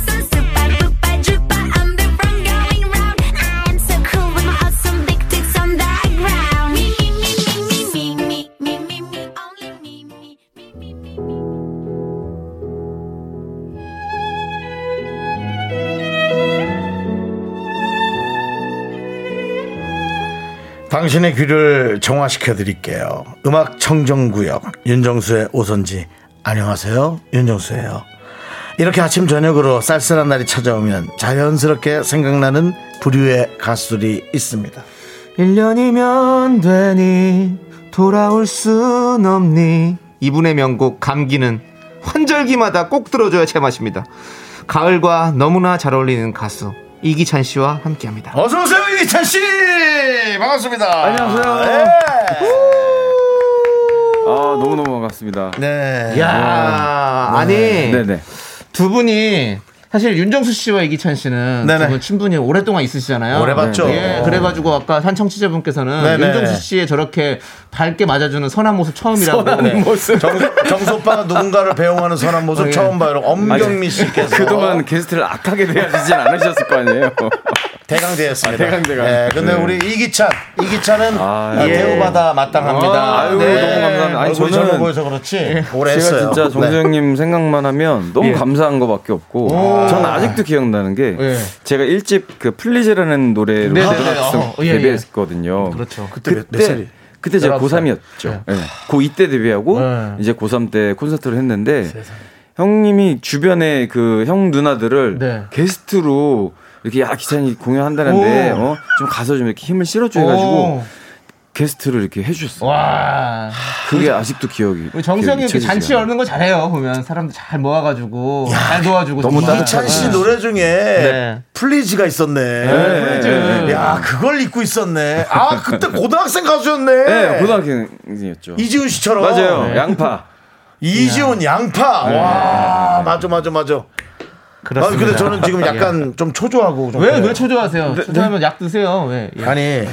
so super duper duper. I'm the one going round. I'm so cool with my awesome big tits on the ground. me, me, me, me, me, me, me, me, me, me, only me, me, me, me, me, me. 당신의 귀를 정화시켜 드릴게요. 음악 청정구역 윤정수의 오선지 안녕하세요 윤정수예요. 이렇게 아침 저녁으로 쌀쌀한 날이 찾아오면 자연스럽게 생각나는 부류의 가수들이 있습니다. 1년이면 되니 돌아올 순 없니 이분의 명곡 감기는 환절기마다 꼭 들어줘야 제맛입니다. 가을과 너무나 잘 어울리는 가수 이기찬 씨와 함께합니다. 어서 오세요 네. 이찬 씨 반갑습니다. 안녕하세요. 아, 너무 너무 반갑습니다. 네. 야 아니 네네. 두 분이 사실 윤정수 씨와 이기찬 씨는 네네. 두 분 친분이 오랫동안 있으시잖아요. 오래 봤죠. 예, 그래가지고 아까 한 청취자분께서는 네네. 윤정수 씨의 저렇게 밝게 맞아주는 선한 모습 처음이라고. 네. 모습. 정수 오빠가 누군가를 배웅하는 선한 모습 예. 처음 봐요. 엄경미 씨께서 어, 그동안 게스트를 악하게 대하시진 않으셨을 거 아니에요. 대강대였습니다. 아, 대강, 대강. 예, 근데 네. 우리 이기찬, 이기찬은 아, 아, 예. 대우받아 마땅합니다. 네. 아, 아유, 너무 감사합니다. 아니, 얼굴이 저는 예. 젊어 보여서 그렇지. 오래 제가 했어요. 진짜 정수 네. 형님 생각만 하면 너무 감사한 거밖에 없고 저는 아직도 기억나는 게 예. 제가 일집 그 플리즈라는 노래로 네네네. 고등학생 어, 예, 예. 데뷔했거든요. 그렇죠. 그때 몇, 몇 살이? 그때 제가 19 살. 고3이었죠. 예. 예. 고2 때 데뷔하고 이제 고3 때 콘서트를 했는데 형님이 주변에 그 형 누나들을 네. 게스트로 이렇게 야 기찬이 공연한다는데 오. 어? 좀 가서 좀 이렇게 힘을 실어줘가지고 오. 게스트를 이렇게 해주셨어요. 와. 그게 아직도 기억이. 우리 정수형이 이렇게 기억이 잔치 잊혀지지 않아요. 여는 거 잘해요. 보면 사람들 잘 모아가지고 잘 도와주고. 너무 정말. 이기찬 씨 네. 노래 중에 플리즈가 있었네. 플리즈. 네, 네. 야, 그걸 잊고 있었네. 아, 그때 고등학생 가수였네. 네, 고등학생이었죠. 이지훈 네. 씨처럼. 맞아요. 네. 양파. 이지훈 양파. 와, 맞아, 맞아, 맞아. 아, 그렇습니다. 근데 저는 지금 약간 예. 좀 초조하고. 좀 네. 왜왜 그래요. 초조하세요? 초조하면 약 드세요. 왜? 예. 아니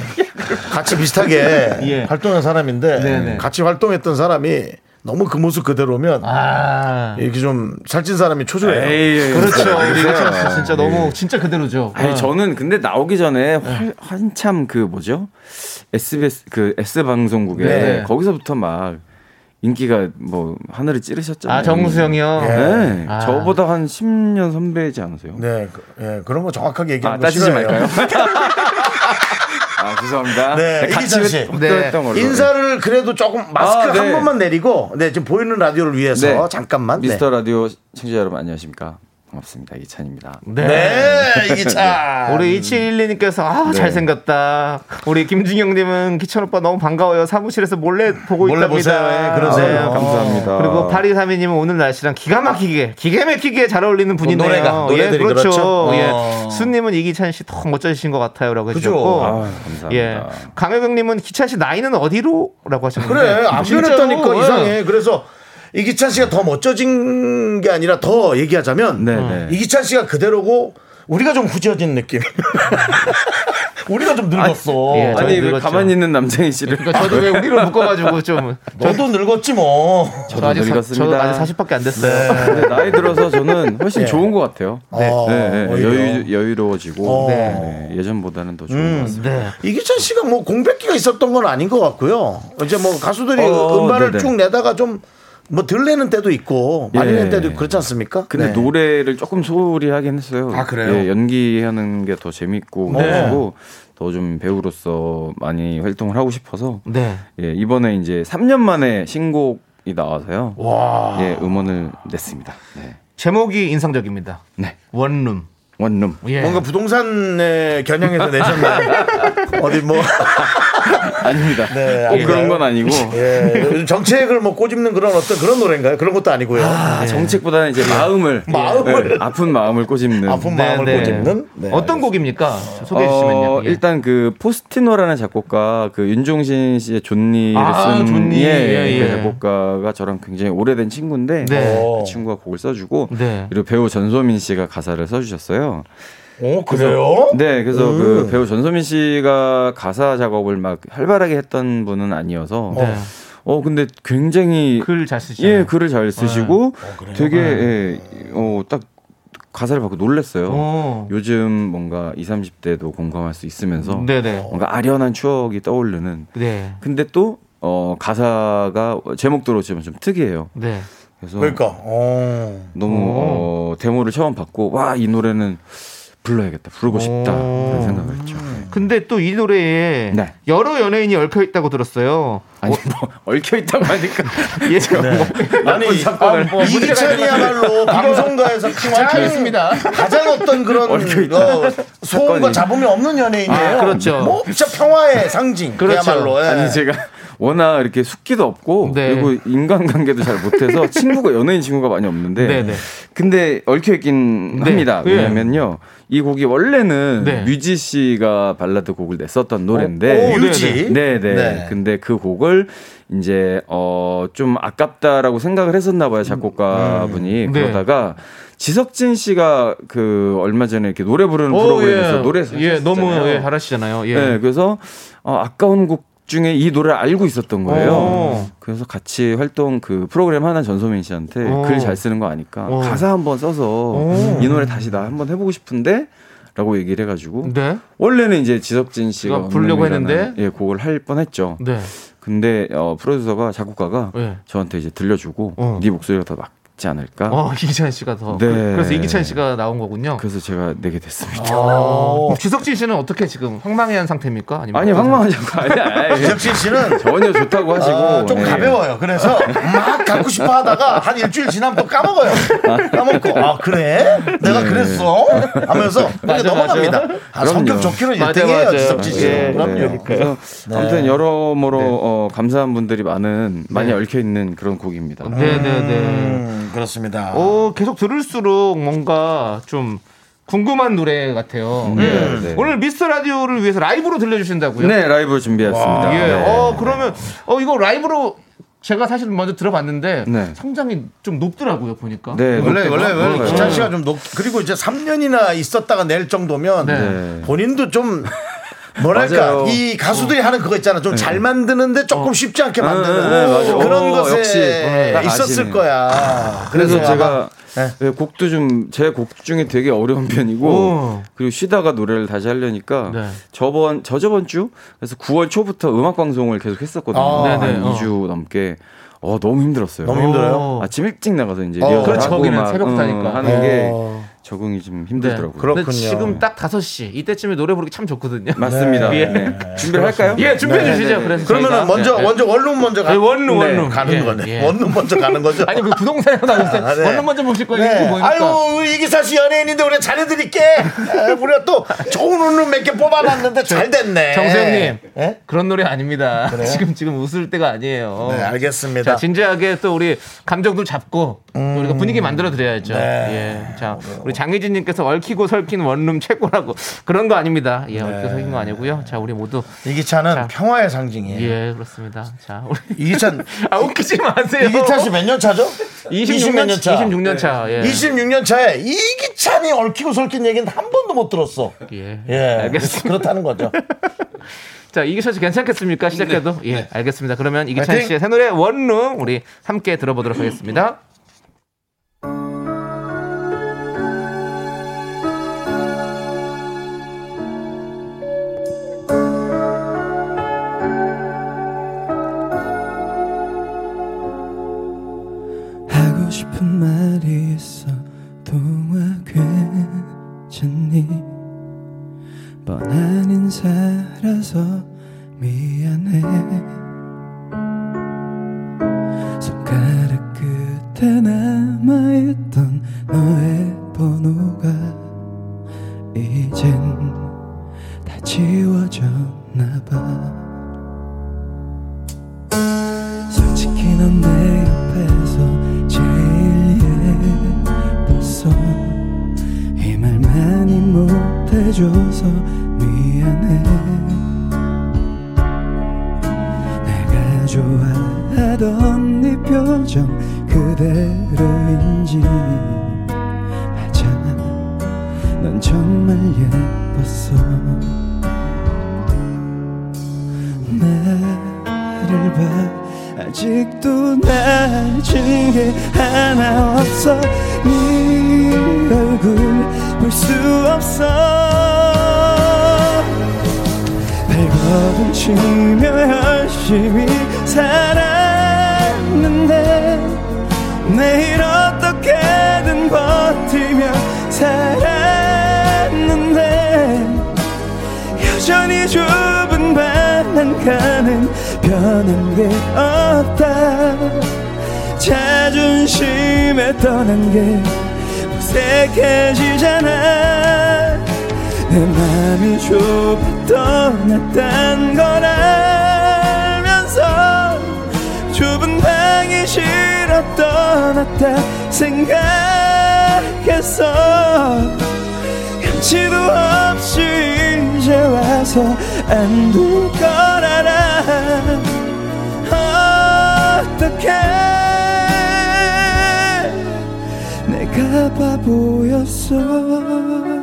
같이 비슷하게 예. 활동한 사람인데 네네. 같이 활동했던 사람이 너무 그 모습 그대로면 아. 이렇게 좀 살찐 사람이 초조해요. 에이, 그렇죠. 그러세요. 우리 이기찬 씨 진짜 너무 진짜 그대로죠. 아니 어. 저는 근데 나오기 전에 활- 한참 그 뭐죠 SBS 그 S 방송국에 네. 거기서부터 막 인기가 뭐 하늘을 찌르셨잖아요. 아 정수 형이요. 네, 아. 저보다 한 10년 선배지 않으세요? 네, 그, 예, 그런 거 정확하게 아 얘기하는 거 따지지 싫어해요. 말까요? 아 죄송합니다. 네, 이기찬 씨. 네, 협동했던 걸로. 인사를 그래도 조금 마스크 아, 네. 한 번만 내리고 네 지금 보이는 라디오를 위해서 네. 잠깐만 네. 미스터 라디오 청취자 여러분 안녕하십니까? 반갑습니다. 이찬입니다. 네. 네 이기찬 우리 2712님께서 아 네. 잘생겼다. 우리 김준영님은 기천 오빠 너무 반가워요. 사무실에서 몰래 보고 몰래 있답니다. 어, 보세요. 예, 그러세요. 아, 감사합니다. 그리고 8232님은 오늘 날씨랑 기가 막히게 기가 막히게 잘 어울리는 분이네요. 노래가, 노래들이 예, 그렇죠. 그렇죠? 어. 예. 수님은 이기찬 씨 더 멋져지신 것 같아요라고 그죠? 해주셨고. 아, 감사합니다. 예. 강혜경님은 기찬 씨 나이는 어디로?라고 하셨는데. 아, 그래 안 진짜로, 변했다니까 예. 이상해 그래서 이기찬 씨가 더 멋져진 게 아니라 더 얘기하자면 네, 네. 이기찬 씨가 그대로고 우리가 좀 후져진 느낌 우리가 좀 늙었어 예, 아니 왜 늙었죠. 가만히 있는 남자이 씨를 그러니까 저도 왜 우리를 묶어가지고 좀. 저도 늙었지 뭐 저도 아직 사, 늙었습니다. 저도 아직 40밖에 안 됐어요. 근데 네, 나이 들어서 저는 훨씬 좋은 것 같아요. 네. 어, 네, 네. 예. 오히려. 여유, 여유로워지고 어. 음. 네, 예전보다는 더 좋은 것 같습니다. 네. 이기찬 씨가 뭐 공백기가 있었던 건 아닌 것 같고요. 이제 뭐 가수들이 어, 음반을 네네. 쭉 내다가 좀 뭐 덜 내는 때도 있고 많이 예. 내는 때도 있고 그렇지 않습니까? 네. 근데 노래를 조금 소홀히 하긴 했어요. 아, 그래요? 예, 연기하는 게 더 재밌고 네. 그리고 더 좀 배우로서 많이 활동을 하고 싶어서 네. 예, 이번에 이제 3년 만에 신곡이 나와서요. 와. 예, 음원을 냈습니다. 네. 제목이 인상적입니다. 네. 원룸. 원룸. 예. 뭔가 부동산에 겨냥해서 내셨나요? 어디 뭐 아닙니다. 네, 꼭 아니에요. 그런 건 아니고 예, 요즘 정책을 뭐 꼬집는 그런 어떤 그런 노래인가요? 그런 것도 아니고요. 네. 아, 정책보다는 이제 마음을 예. 마음을. 예, 아픈 마음을 꼬집는 아픈 마음을 네, 네. 꼬집는 네. 어떤 곡입니까? 소개해 주시면요. 어, 예. 일단 그 포스티노라는 작곡가 그 윤종신 씨의 존니를 아, 쓴 존니. 예, 예, 예. 그 작곡가가 저랑 굉장히 오래된 친구인데 네. 그 친구가 곡을 써주고 네. 그리고 배우 전소민 씨가 가사를 써주셨어요. 어, 그래요? 네, 그래서 음. 그 배우 전소민 씨가 가사 작업을 막 활발하게 했던 분은 아니어서 네. 어 근데 굉장히 글 잘 쓰시죠. 예 글을 잘 어, 쓰시고 네. 되게 예, 어딱 가사를 받고 놀랐어요. 어. 요즘 뭔가 20, 30대도 공감할 수 있으면서 네네. 뭔가 아련한 추억이 떠오르는. 네. 근데 또 어, 가사가 제목대로 지금 좀 특이해요. 네. 그래서 그러니까 어. 너무 어, 데모를 처음 받고 와 이 노래는 불러야겠다, 부르고 싶다 어. 그런 생각을 했죠. 네. 근데 또 이 노래에 네. 여러 연예인이 얽혀 있다고 들었어요. 아니 뭐 얽혀 있다고 하니까 뭐 예. 아니 아, 뭐 이기찬이야말로 방송가에서 가장 가장 어떤 그런 어, 소음과 잡음이 없는 연예인이에요. 아, 그렇죠. 뭐 진짜 평화의 상징. 그렇죠. 그야말로. 예. 아니 제가 워낙 이렇게 숙기도 없고 네. 그리고 인간관계도 잘 못해서 친구가 연예인 친구가 많이 없는데 네, 네. 근데 얽혀 있긴 네. 합니다. 예. 왜냐면요 이 곡이 원래는 네. 뮤지 씨가 발라드 곡을 냈었던 노래인데 오, 뮤지. 네네. 네. 근데 그 곡을 거를 이제 어 좀 아깝다라고 생각을 했었나 봐요 음, 작곡가분이 네. 그러다가 지석진 씨가 그 얼마 전에 이렇게 노래 부르는 오, 프로그램에서 예. 노래 예, 너무 예, 잘하시잖아요. 예. 예. 그래서 어, 아까운 곡 중에 이 노래를 알고 있었던 거예요. 오. 그래서 같이 활동 그 프로그램 하는 전소민 씨한테 오. 글 잘 쓰는 거 아니까 오. 가사 한번 써서 어. 이 노래 다시 나 한번 해보고 싶은데 라고 얘기를 해가지고 네. 원래는 이제 지석진 씨가 제가 부르려고 운명이라는, 했는데? 예 곡을 할 뻔했죠. 네. 근데 어, 프로듀서가 작곡가가 예. 저한테 이제 들려주고 어. 네 목소리가 더 맞지 않을까. 어, 이기찬 씨가 더. 네. 그- 그래서 이기찬 씨가 나온 거군요. 그래서 제가 내게 됐습니다. 아. 어, 지석진 씨는 어떻게 지금 황망해한 상태입니까? 아니면 아니 어떤 황망하지 않고 아니, 아니 지석진 씨는 전혀 좋다고 하시고 아, 좀 예. 가벼워요. 그래서 막 갖고 싶어 하다가 한 일주일 지나면 또 까먹어요. 까먹고 아 그래? 내가 네. 그랬어? 하면서 그냥 맞아, 넘어갑니다. 아, 성격 그럼요. 좋기는 맞아, 1등이에요 맞아요. 지석진 씨. 예, 그럼요. 네. 그래서 아무튼 여러모로 어, 감사한 분들이 많은 많이 얽혀 있는 그런 곡입니다. 상태? 네, 네, 네. 음, 그렇습니다. 오, 어, 계속 들을수록 뭔가 좀 궁금한 노래 같아요. 네, 예. 네. 오늘 미스터 라디오를 위해서 라이브로 들려주신다고요? 네 라이브 준비했습니다. 예. 네. 어, 그러면 어 이거 라이브로 제가 사실 먼저 들어봤는데 네. 상당히 좀 높더라고요 보니까. 그 네, 원래 높게 원래 높게 원래 높게 기찬 씨가 좀 높, 그리고 이제 3년이나 있었다가 낼 정도면 네. 본인도 좀 뭐랄까 맞아요. 이 가수들이 하는 그거 있잖아 좀 잘 만드는데 어. 조금 쉽지 않게 만드는 네, 네, 맞아. 그런 오, 것에 역시. 네, 있었을 아시네. 거야. 그래서 아마 제가 네. 예, 곡도 좀 제 곡 중에 되게 어려운 편이고 오. 그리고 쉬다가 노래를 다시 하려니까 네. 저번 저저번 주 그래서 9월 초부터 음악 방송을 계속 했었거든요. 아. 네네, 한 어. 2주 넘게 어 너무 힘들었어요. 너무 힘들어요. 어. 아침 일찍 나가서 이제 어. 리허설 그렇지, 하고 거기는 막, 새벽부터 하니까. 하는 게 어. 적응이 좀 힘들더라고요. 그렇- 그렇군요. 네. 근데 지금 딱 5시 이때쯤에 노래 부르기 참 좋거든요. 맞습니다. 예. 네. 준비를 할까요? 예, 준비해 네, 주시죠. 네, 네. 그래서 그러면은 저희가. 먼저 네, 네. 먼저 원룸 먼저 가. 네, 원룸, 네, 원룸. 가는 예, 거네. 예. 원룸 먼저 가는 거죠. 아니 그 부동산에서 나오셨어요. 아, 네. 얼른 먼저 보실 거예요. 네. 이거 보니까. 아이고 우리 이기사 씨 연예인인데 우리 잘해드릴게. 아, 우리가 또 좋은 원룸 몇 개 뽑아놨는데 잘 됐네. 정수영님 예? 그런 노래 아닙니다. 지금 지금 웃을 때가 아니에요. 네, 어. 자 알겠습니다. 진지하게 또 우리 감정도 잡고 또 우리가 분위기 만들어 드려야죠. 음. 네. 예. 자 우리 장혜진님께서 얽히고 설킨 원룸 최고라고 그런 거 아닙니다. 네. 예, 얽히고 설킨 거 아니고요. 자 우리 모두 이기찬은 자. 평화의 상징이에요. 예 그렇습니다. 자 우리 네. 이기찬 아 웃기지 마세요. 이기찬 씨 몇 년 차죠? 26년 차. 26년 차. 네. 예. 26년 차에 이기찬이 얽히고 설킨 얘기는 한 번도 못 들었어. 예. 예, 알겠습니다. 그렇다는 거죠. 자 이기찬 씨 괜찮겠습니까? 네. 시작해도 예 알겠습니다. 그러면 이기찬 파이팅! 씨의 새 노래 원룸 우리 함께 들어보도록 하겠습니다. 하고 싶은 말이 있어 동화 괜찮니 뻔한 인사라서 미안해 손가락 끝에 남아있던 너의 번호가 이젠 다 지워졌나봐 솔직히 넌 내 옆에서 제일 예뻤어 이 말 많이 못해줘서 미안해 내가 좋아하던 네 표정 그대로인지 맞아 넌 정말 예뻤어 나를 봐 아직도 나 중에 하나 없어 네 얼굴 볼 수 없어 발버둥 치며 열심히 살았는데 내일 어떻게든 버티며 살았는데 여전히 좁은 방 난가는 변한 게 없다 자존심에 떠난 게 무색해지잖아 내 맘이 좁아 떠났단 걸 알면서 좁은 방이 싫어 떠났다 생각했어 감치도 없이 이제 와서 안 될 걸 알아 어떡해 내가 바보였어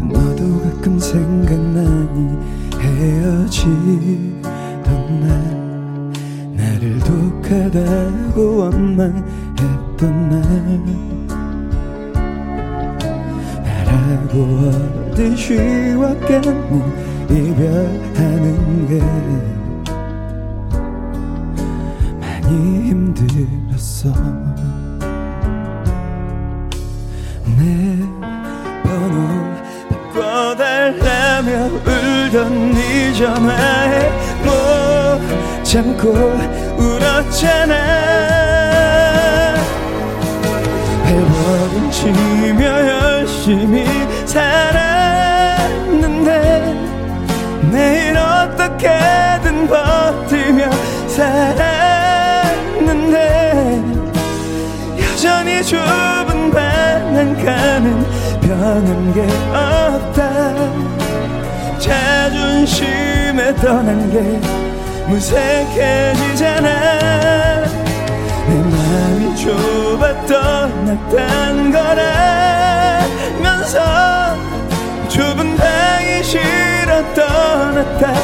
너도 가끔 생각나니 헤어지던 날 나를 독하다고 원망했던 날 나라고 어디 쉬웠겠니 이별하는 게 많이 힘들었어 내 번호 바꿔달라며 울던 이 전화에 못 참고 울었잖아 발버둥 치며 열심히 살았는데 내일 어떻게든 버티며 살았는데 여전히 좁은 방안가는 변한 게 없다 자존심에 떠난 게 무색해지잖아 내 마음이 좁아 떠났단 걸 알면서 좁은 방이 싫어 떠났다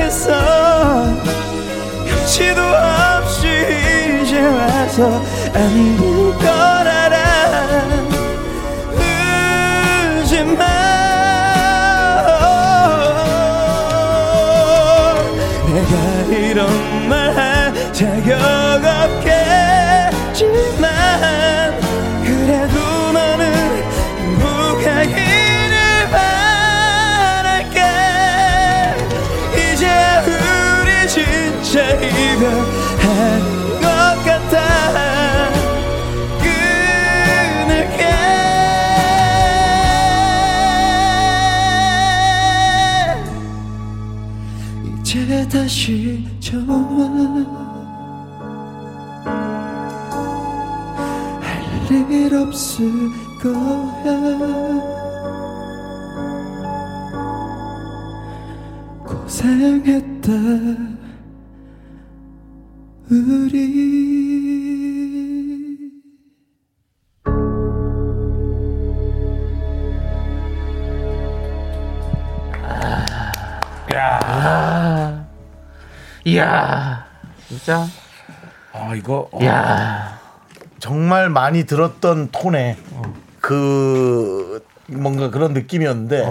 생각했어 염치도 없이 이제 와서 안부 떠나라 울지마 내가 이런 말 할 자격 없겠지만 그래도 너는 행복하기를 바랄게 이제 우리 진짜 이별한 것 같아 끊을게 이제 다시 전화 할일 없을 거야 고생했다 우리 이야 진짜 아 이거 어, 이야 정말 많이 들었던 톤에 그 뭔가 그런 느낌이었는데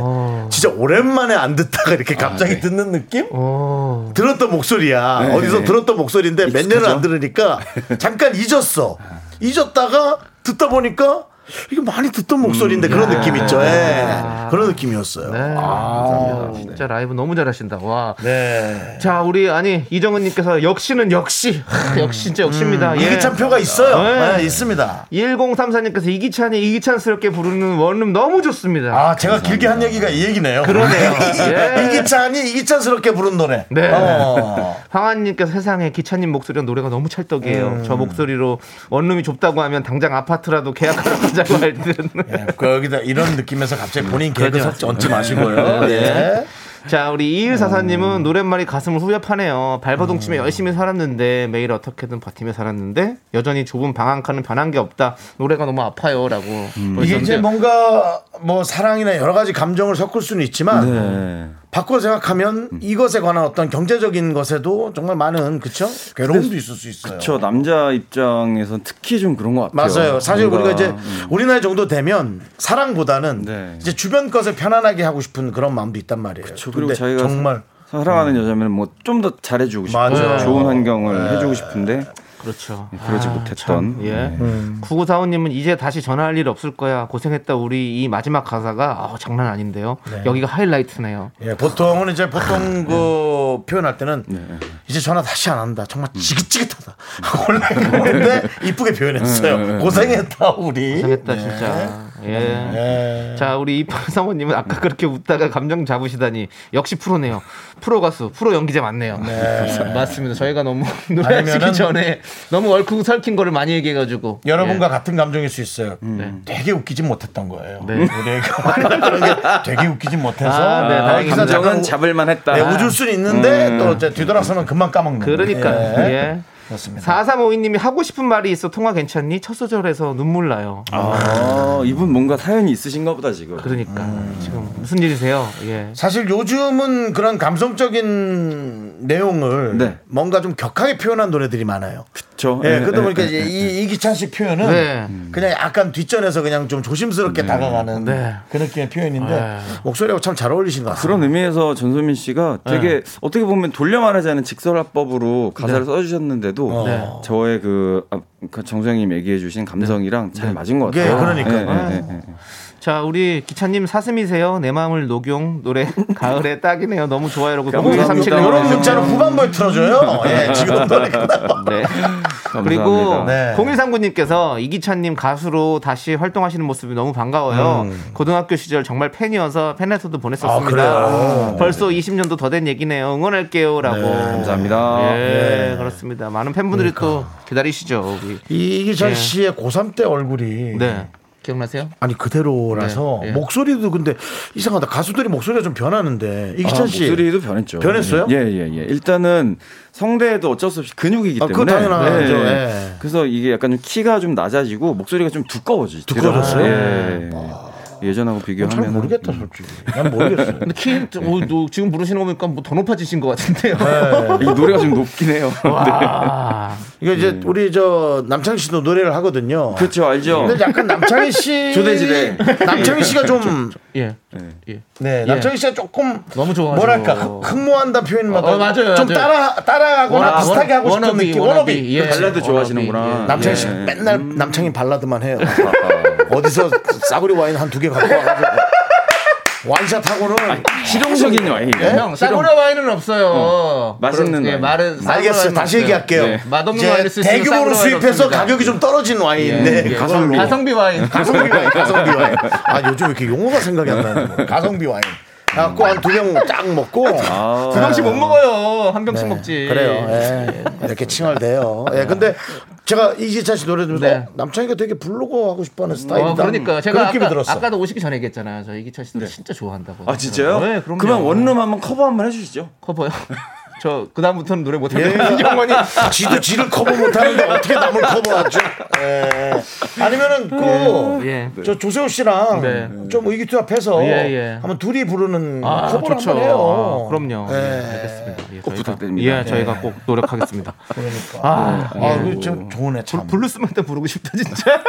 진짜 오랜만에 안 듣다가 이렇게 갑자기 듣는 느낌? 어 들었던 목소리야. 어디서 들었던 목소리인데 몇 년을 안 들으니까 잠깐 잊었어. 잊었다가 듣다 보니까 이게 많이 듣던 목소리인데 그런 느낌 있죠. 예. 그런 느낌이었어요. 네. 감사합니다. 진짜 라이브 너무 잘하신다 와 아, 네. 자, 우리 아니 이정은님께서 역시는 역시 하, 역시 진짜 역시입니다. 음. 이게 참 표가 있어요. 네. 네, 있습니다. 1034님께서 이기찬이 이기찬스럽게 부르는 원룸 너무 좋습니다. 아, 제가 길게 한 얘기가 이 얘기네요. 그러네요. 예. 이기찬이 이기찬스럽게 부른 노래. 네. 어. 황한님께서 세상에 기찬님 목소리랑 노래가 너무 찰떡이에요. 음. 저 목소리로 원룸이 좁다고 하면 당장 아파트라도 계약하러 가자고 할 듯. 예, 그 여기다 이런 느낌에서 갑자기 본인 개그 섞지 얹지 마시고요. 예. 자, 우리 이일사사님은 음. 노랫말이 가슴을 후벼파네요. 발버둥 치며 열심히 살았는데 매일 어떻게든 버티며 살았는데 여전히 좁은 방 한 칸은 변한 게 없다. 노래가 너무 아파요라고. 이게 보내주셨는데 이제 뭔가 뭐 사랑이나 여러 가지 감정을 섞을 수는 있지만 네. 바꿔 생각하면 이것에 관한 어떤 경제적인 것에도 정말 많은 그쵸 괴로움도 있을 수 있어요. 저 남자 입장에선 특히 좀 그런 것 같아요. 맞아요. 사실 뭔가, 우리가 이제 음. 우리 나이 정도 되면 사랑보다는 네. 이제 주변 것을 편안하게 하고 싶은 그런 마음도 있단 말이에요. 저 그리고 근데 자기가 정말 음. 사랑하는 여자면 뭐 좀 더 잘해주고 싶고 맞아요. 네. 좋은 환경을 해주고 싶은데 그렇죠. 음. 그러지 아, 못했던. 참, 예. 네. 9945님은 이제 다시 전화할 일 없을 거야. 고생했다 우리 이 마지막 가사가 아우, 장난 아닌데요. 네. 여기가 하이라이트네요. 예, 보통은 이제 아, 보통 예. 그 표현할 때는 네, 이제 전화 다시 안 한다. 정말 음. 지긋지긋하다. 음, 원래 그랬는데 이쁘게 표현했어요. 고생했다 우리. 고생했다 네. 진짜. 예. 예. 자, 우리 이파사모님은 아까 그렇게 웃다가 감정 잡으시다니 역시 프로네요. 프로 가수, 프로 연기자 맞네요. 맞습니다. 저희가 너무 노래하시기 아니면은- 전에 너무 얼큰 설킨 거를 많이 얘기해가지고 예. 여러분과 같은 감정일 수 있어요. 음. 네. 되게 웃기지 못했던 거예요. 우리가 말하는 게 되게 웃기지 못해서 아, 네, 다행히 거기서 잠깐 감정은 우- 잡을만 했다. 네, 웃을 수는 있는데 또 이제 뒤돌아서면 금방 까먹는. 예. 그러니까 거예요. 예. 네. 그렇습니다. 4352님이 하고 싶은 말이 있어 통화 괜찮니? 첫 소절에서 눈물 나요. 아, 이분 뭔가 사연이 있으신가 보다 지금. 그러니까 지금 무슨 일이세요? 예. 사실 요즘은 그런 감성적인 내용을 네. 뭔가 좀 격하게 표현한 노래들이 많아요. 저 예, 그러다 보니까 이제 이 이기찬 씨 표현은 네. 그냥 약간 뒷전에서 그냥 좀 조심스럽게 다가가는 네. 그 느낌의 표현인데 네. 목소리하고 참 잘 어울리신 것 같아요. 네. 그런 의미에서 전소민 씨가 되게 어떻게 보면 돌려 말하지 않은 직설화법으로 가사를 써주셨는데도 네. 저의 그 아, 그 정수영님 얘기해주신 감성이랑 잘 맞은 것 같아요. 예, 그러니까. 예, 예, 예, 예. 자, 우리 기차님 사슴이세요. 내 마음을 녹용 노래 가을에 딱이네요. 너무 좋아요라고 감사합니다. 이런 네. 문자로 후반부에 틀어줘요. 예, 그러니까. 지금 노래 끝나고. 네. 그리고 감사합니다. 네. 0139님께서 이기찬님 가수로 다시 활동하시는 모습이 너무 반가워요. 고등학교 시절 정말 팬이어서 팬레터도 아, 보냈었습니다. 음. 그래요? 벌써 20년도 더 된 얘기네요. 응원할게요라고. 네. 감사합니다. 예, 그렇습니다. 많은 팬분들이 또 기다리시죠. 우리. 이기찬 예. 씨의 고3 때 얼굴이 네. 기억나세요? 아니 그대로라서 네, 예. 목소리도 근데 이상하다 가수들이 목소리가 좀 변하는데 이기찬 아, 씨 목소리도 변했죠. 변했어요? 예, 예, 예. 일단은 성대에도 어쩔 수 없이 근육이기 아, 때문에. 네. 그거 당연하죠. 예. 그래서 이게 약간 좀 키가 좀 낮아지고 목소리가 좀 두꺼워지죠. 두꺼워졌어요? 아. 어, 예. 예전하고 뭐 잘 비교하면 모르겠다 솔직히 난 모르겠어요. 근데 키, 어, 너 지금 부르시는 거 보니까 뭐 더 높아지신 것 같은데요. 네. 이 노래가 좀 높긴 해요. 네, 와. 이거 이제 우리 저 남창희 씨도 노래를 하거든요. 그렇죠, 알죠. 근데 약간 남창희 씨 조대지대. 남창희 씨가 좀 예. 네, 남창희 씨가 조금 너무 좋아가지고. 뭐랄까 흥- 흥모한다 표현만 어, 맞아요, 좀 맞아요. 따라 따라하거나 워너- 비슷하게 하고 싶은 워너비, 느낌 워너비. 워너비 예. 음. 발라드 좋아하시는구나. 워너비, 남창희 씨 예. 맨날 남창희 발라드만 해요. 어디서 싸구려 와인 한 두 개 갖고 와가지고 완샷 하고는 실용적인 와인이에요. 예. 형, 싸구려 와인은 없어요. 맛있는 그런- 예, 와인. 말은 싸구려 알겠어요. 와인은 다시 없어요. 얘기할게요. 네. 맛없는 이제 와인을 쓸수 있는 대규모로 싸구려 와인 수입해서 없습니다. 가격이 좀 떨어진 와인인데 네, 뭐 예, 가성비. 가성비 와인. 예. 가성비 와인, 가성비 와인. 아 요즘 왜 이렇게 용어가 생각이 안 나는 가성비 와인. 갖고 한 두 병 쫙 먹고 두 병씩 못 먹어요. 한 병씩 네. 먹지. 그래요. 예. 이렇게 칭얼대요. 예, 근데 제가 이지찬 씨 노래 들으면서 네. 어, 남창이가 되게 부르고 하고 싶어하는 스타일이다. 어, 그러니까 제가 그런 느낌이 아까, 들었어. 아까도 오시기 전에 얘기했잖아요. 저 이기철 씨도 진짜 좋아한다고. 네. 아 진짜요? 네, 그럼요. 그러면 원룸 한번 커버 한번 해주시죠. 커버요. 저 그다음부터는 노래 예. 못 하겠어요. 영원히 지도 지를 커버 못하는데 어떻게 남을 커버하죠? 예. 아니면은 그 예. 저 조세호 씨랑 네. 좀 의기투합해서 예, 예. 한번 둘이 부르는 아, 커버를 좋죠. 한번 해요. 아, 그럼요. 예. 예, 알겠습니다. 예, 꼭 저희가- 부탁드립니다. 네. 예, 저희가 꼭 노력하겠습니다. 아, 아, 그거 참 좋으네 참. 블루스맨도 부르고 싶다 진짜.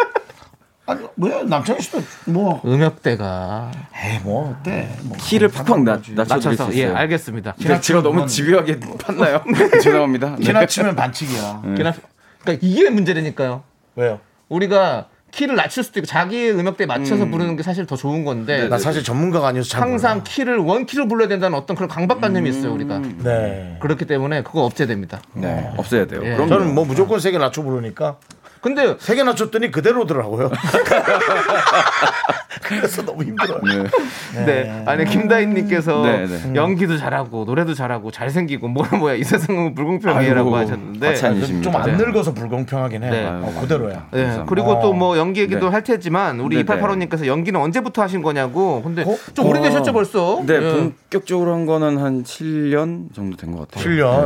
아니, 왜 남창희 씨도 뭐 음역대가 에이 뭐 어때? 뭐. 키를 팍팍 낮, 낮춰드릴 낮춰서 수 아, 예, 있어요. 네. 알겠습니다. 네. 근데 제가 너무 집요하게 봤나요? 죄송합니다. 네. 지나치면 반칙이야. 기나- 그러니까 이게 문제라니까요. 왜요? 우리가 키를 낮출 수도 있고 자기의 음역대에 맞춰서 부르는 게 사실 더 좋은 건데 네, 나 사실 전문가가 아니어서 잘 항상 키를 원 키로 불러야 된다는 어떤 그런 강박관념이 음. 있어요 우리가 몰라. 네. 그렇기 때문에 그거 없애됩니다. 네, 없애야 돼요. 예. 그럼 저는 뭐 무조건 세게 낮춰 부르니까 근데 세게 낮췄더니 그대로더라고요. 그래서 너무 힘들어요. 네. 아니 김다인님께서 네, 네. 연기도 잘하고 노래도 잘하고 잘생기고 뭐라 뭐야 이 세상은 불공평이라고 하셨는데 과찬이십니다. 네. 좀 안 늙어서 불공평하긴 해. 아, 네. 어, 그대로야. 네, 그리고 또 뭐 연기 얘기도 할 테지만 우리 네, 2885님께서 연기는 언제부터 하신 거냐고 근데 어? 좀 오래되셨죠 벌써 네, 예. 본격적으로 한 거는 한 7년 정도 된 것 같아요. 7년.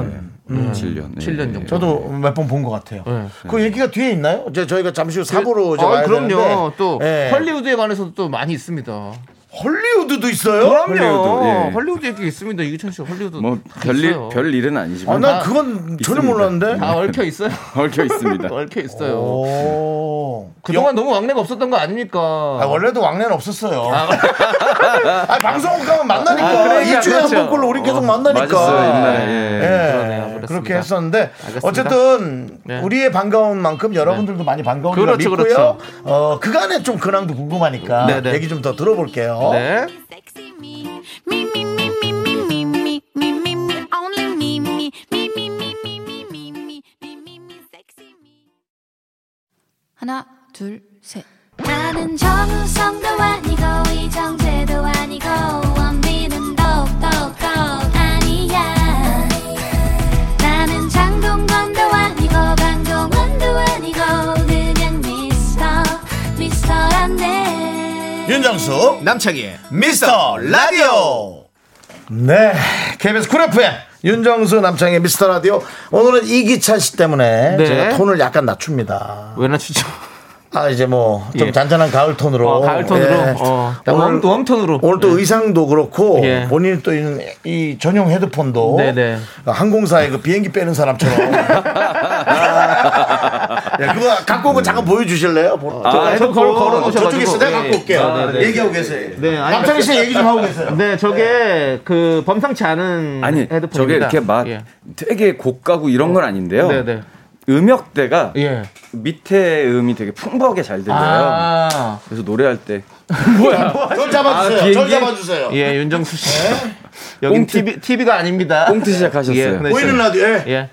음. 7년. 칠년 정도. 저도 몇 번 본 것 같아요. 네. 그 얘기가 뒤에 있나요? 이제 저희가 잠시 후 사부로 이제 아, 와야 그럼요. 되는데. 또 예. 헐리우드에 관해서도 또 많이 있습니다. 헐리우드도 있어요? 그럼요. 헐리우드, 예. 헐리우드 얘기 있습니다. 이기찬 씨 헐리우드 뭐 다 있어요. 별일 별 일은 아, 아니지만 난 그건 전혀 있습니다. 네. 몰랐는데. 다 얽혀 있어요. 얽혀 있습니다. 얽혀 있어요. 오. 그동안 너무 왕래가 없었던 거 아닙니까? 아, 원래도 왕래는 없었어요. 아, 방송국 가면 만나니까. 아, 그러니까, 2주에 한 그렇죠. 번꼴로 우리 계속 만나니까. 맞았어요, 옛날에. 예, 예. 네, 그렇습니다. 그렇게 했었는데 알겠습니다. 어쨌든 네. 우리의 반가운 만큼 여러분들도 많이 반가운 걸 그렇죠, 믿고요. 그렇죠. 어, 그간의 좀 근황도 궁금하니까 네, 네. 얘기 좀 더 들어볼게요. 네. Sexy me, me, me, me, me, me, me, me, me, me, me, only me, me, me, me, me, me, me, me, me, me, me, me, sexy me. 하나, 둘, 셋. 난 나는 정우성도 아니고 이정재도 아니고 원빈은 더욱더 아니야 나는 장동건도 아니고 방종원도 아니고 그냥 미스터 미스터란데 윤정수 남창희의 미스터 라디오 네, KBS 쿨 FM 윤정수 남창의 미스터 라디오 오늘은 이기찬 씨 때문에 네. 제가 톤을 약간 낮춥니다. 왜나 추죠? 아 이제 뭐 좀 예. 잔잔한 가을 톤으로 네. 어, 가을 톤으로. 어. 자, 웜- 웜톤으로. 예. 오늘 또 의상도 그렇고 네. 예. 본인 또 이 전용 헤드폰도 네네. 항공사에 그 비행기 빼는 사람처럼. 야, 그거 갖고 오고 잠깐 보여주실래요? 보- 아, 헤드폰 저쪽으로 걸어 놓으셔가지고. 저쪽에 있어 내가 예, 갖고 예. 올게요. 아, 네, 네. 얘기하고 계세요. 네, 아니, 남창희 씨 얘기 좀 하고 계세요. 네, 저게 그 범상치 않은 아니 헤드폰입니다. 저게 이렇게 막 예. 되게 고가고 이런 건 아닌데요. 네, 네. 음역대가 예. 밑에 음이 되게 풍부하게 잘 들려요. 아. 그래서 노래할 때 절 잡아주세요. 아, 비행기? 절 잡아주세요. 네. 예, 윤정수 씨. 여기 꽁트- TV TV가 아닙니다. 꽁트 시작하셨어요. 예, 네, 보이는 저- 라디오에 예.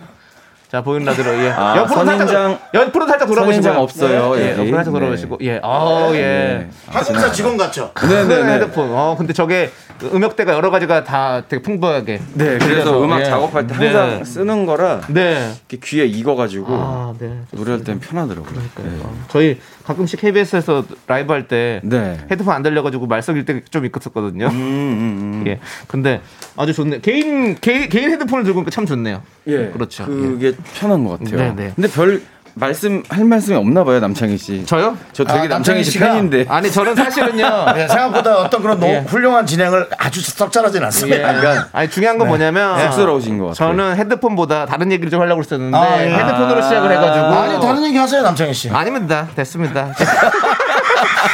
자, 보이는 라디오. 예. 아, 옆으로 선인장- 살짝 옆으로 살짝 돌아보시고요. 선인장 없어요, 예. 여기. 네. 옆으로 살짝 돌아보시고. 예. 아, 예. 항공사 직원 같죠. 네, 네, 큰 네. 헤드폰. 어, 근데 저게 음역대가 여러 가지가 다 되게 풍부하게. 네, 그래서 들려서, 음악 예. 작업할 때 네. 항상 쓰는 거라 네. 이렇게 귀에 익어가지고 아, 네. 노래할 땐 편하더라고요. 저희 가끔씩 KBS에서 라이브 할 때 네. 헤드폰 안 들려가지고 말썽일 때 좀 있었거든요. 음, 음, 음. 예. 근데 아주 좋네. 개인 개인, 개인 헤드폰을 들고 오니까 참 좋네요. 예, 그렇죠. 그게 편한 것 같아요. 네, 네. 근데 별 말씀 할 말씀이 없나 봐요, 남창희 씨. 저, 저요? 되게 아, 남창희 남창희 씨 씨가- 팬인데. 아니 저는 사실은요. 네, 생각보다 어떤 그런 너무 예. 훌륭한 진행을 아주 적절하진 예. 않습니다. 그러니까 아니 중요한 건 뭐냐면 쑥스러우신 것 같아요. 저는 헤드폰보다 다른 얘기를 좀 하려고 했었는데 아, 예. 헤드폰으로 시작을 해가지고 아니 다른 얘기 하세요 남창희 씨. 아닙니다. 됐습니다.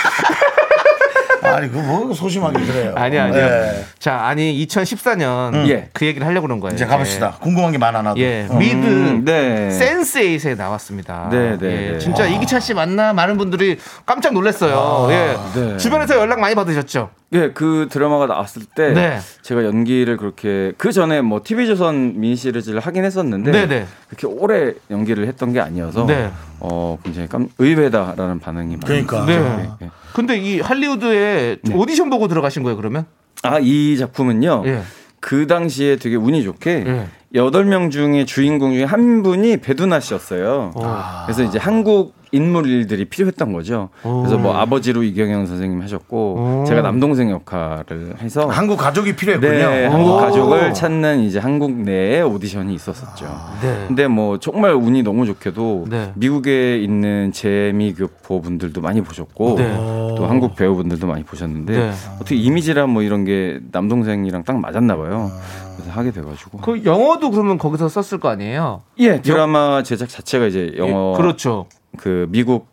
아니 그뭐 소심하게 그래요. 아니 아니요. 예. 자 아니 2014년 예. 그 얘기를 하려고 그런 거예요. 음. 이제 가봅시다. 궁금한 게 많아 나도. 어. 예, 예. 미드 음, 네. 센스에이트에 나왔습니다. 네, 네, 예, 네. 진짜 이기찬 씨 만나 많은 분들이 깜짝 놀랐어요. 예. 네. 주변에서 연락 많이 받으셨죠? 예, 그 드라마가 나왔을 때 네. 제가 연기를 그렇게 그 전에 뭐 TV 조선 미니 시리즈를 하긴 했었는데 네, 네. 그렇게 오래 연기를 했던 게 아니어서 네. 어 굉장히 깜 의외다라는 반응이 많이 그러니까. 네. 있었어요. 예, 예. 근데 이 할리우드에 네. 오디션 보고 들어가신 거예요, 그러면? 아, 이 작품은요. 예. 그 당시에 되게 운이 좋게 예. 여덟 명 중에 주인공 중에 한 분이 배두나 씨였어요. 아. 그래서 이제 한국 인물들이 필요했던 거죠. 그래서 뭐 아버지로 이경영 선생님 하셨고 오. 제가 남동생 역할을 해서 한국 가족이 필요했군요. 네, 어. 한국 오. 가족을 찾는 이제 한국 내에 오디션이 있었었죠. 네. 근데 뭐 정말 운이 너무 좋게도 네. 미국에 있는 재미교포 분들도 많이 보셨고 네. 또 한국 배우분들도 많이 보셨는데 네. 어떻게 이미지랑 뭐 이런 게 남동생이랑 딱 맞았나 봐요. 그래서 하게 돼가지고 그 영어도 그러면 거기서 썼을 거 아니에요? 예 드라마 제작 자체가 이제 영어 예, 그렇죠. 그 미국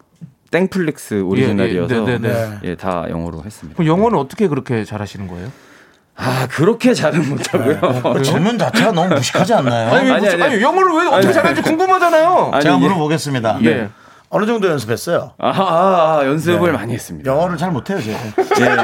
땡플릭스 예, 오리지널이어서 네, 네, 네. 예, 다 영어로 했습니다. 그럼 영어는 어떻게 그렇게 잘하시는 거예요? 아 그렇게 잘은 못하고요. 그 질문 자체가 너무 무식하지 않나요? 아니, 왜 어? 아니, 무슨- 아니. 아니, 영어를 왜 어떻게 아니. 잘하는지 궁금하잖아요. 아니, 제가 예. 물어보겠습니다. 예. 어느 정도 연습했어요? 아, 아, 아, 연습을 많이 했습니다. 영어를 잘 못해요, 제가. 예, 예.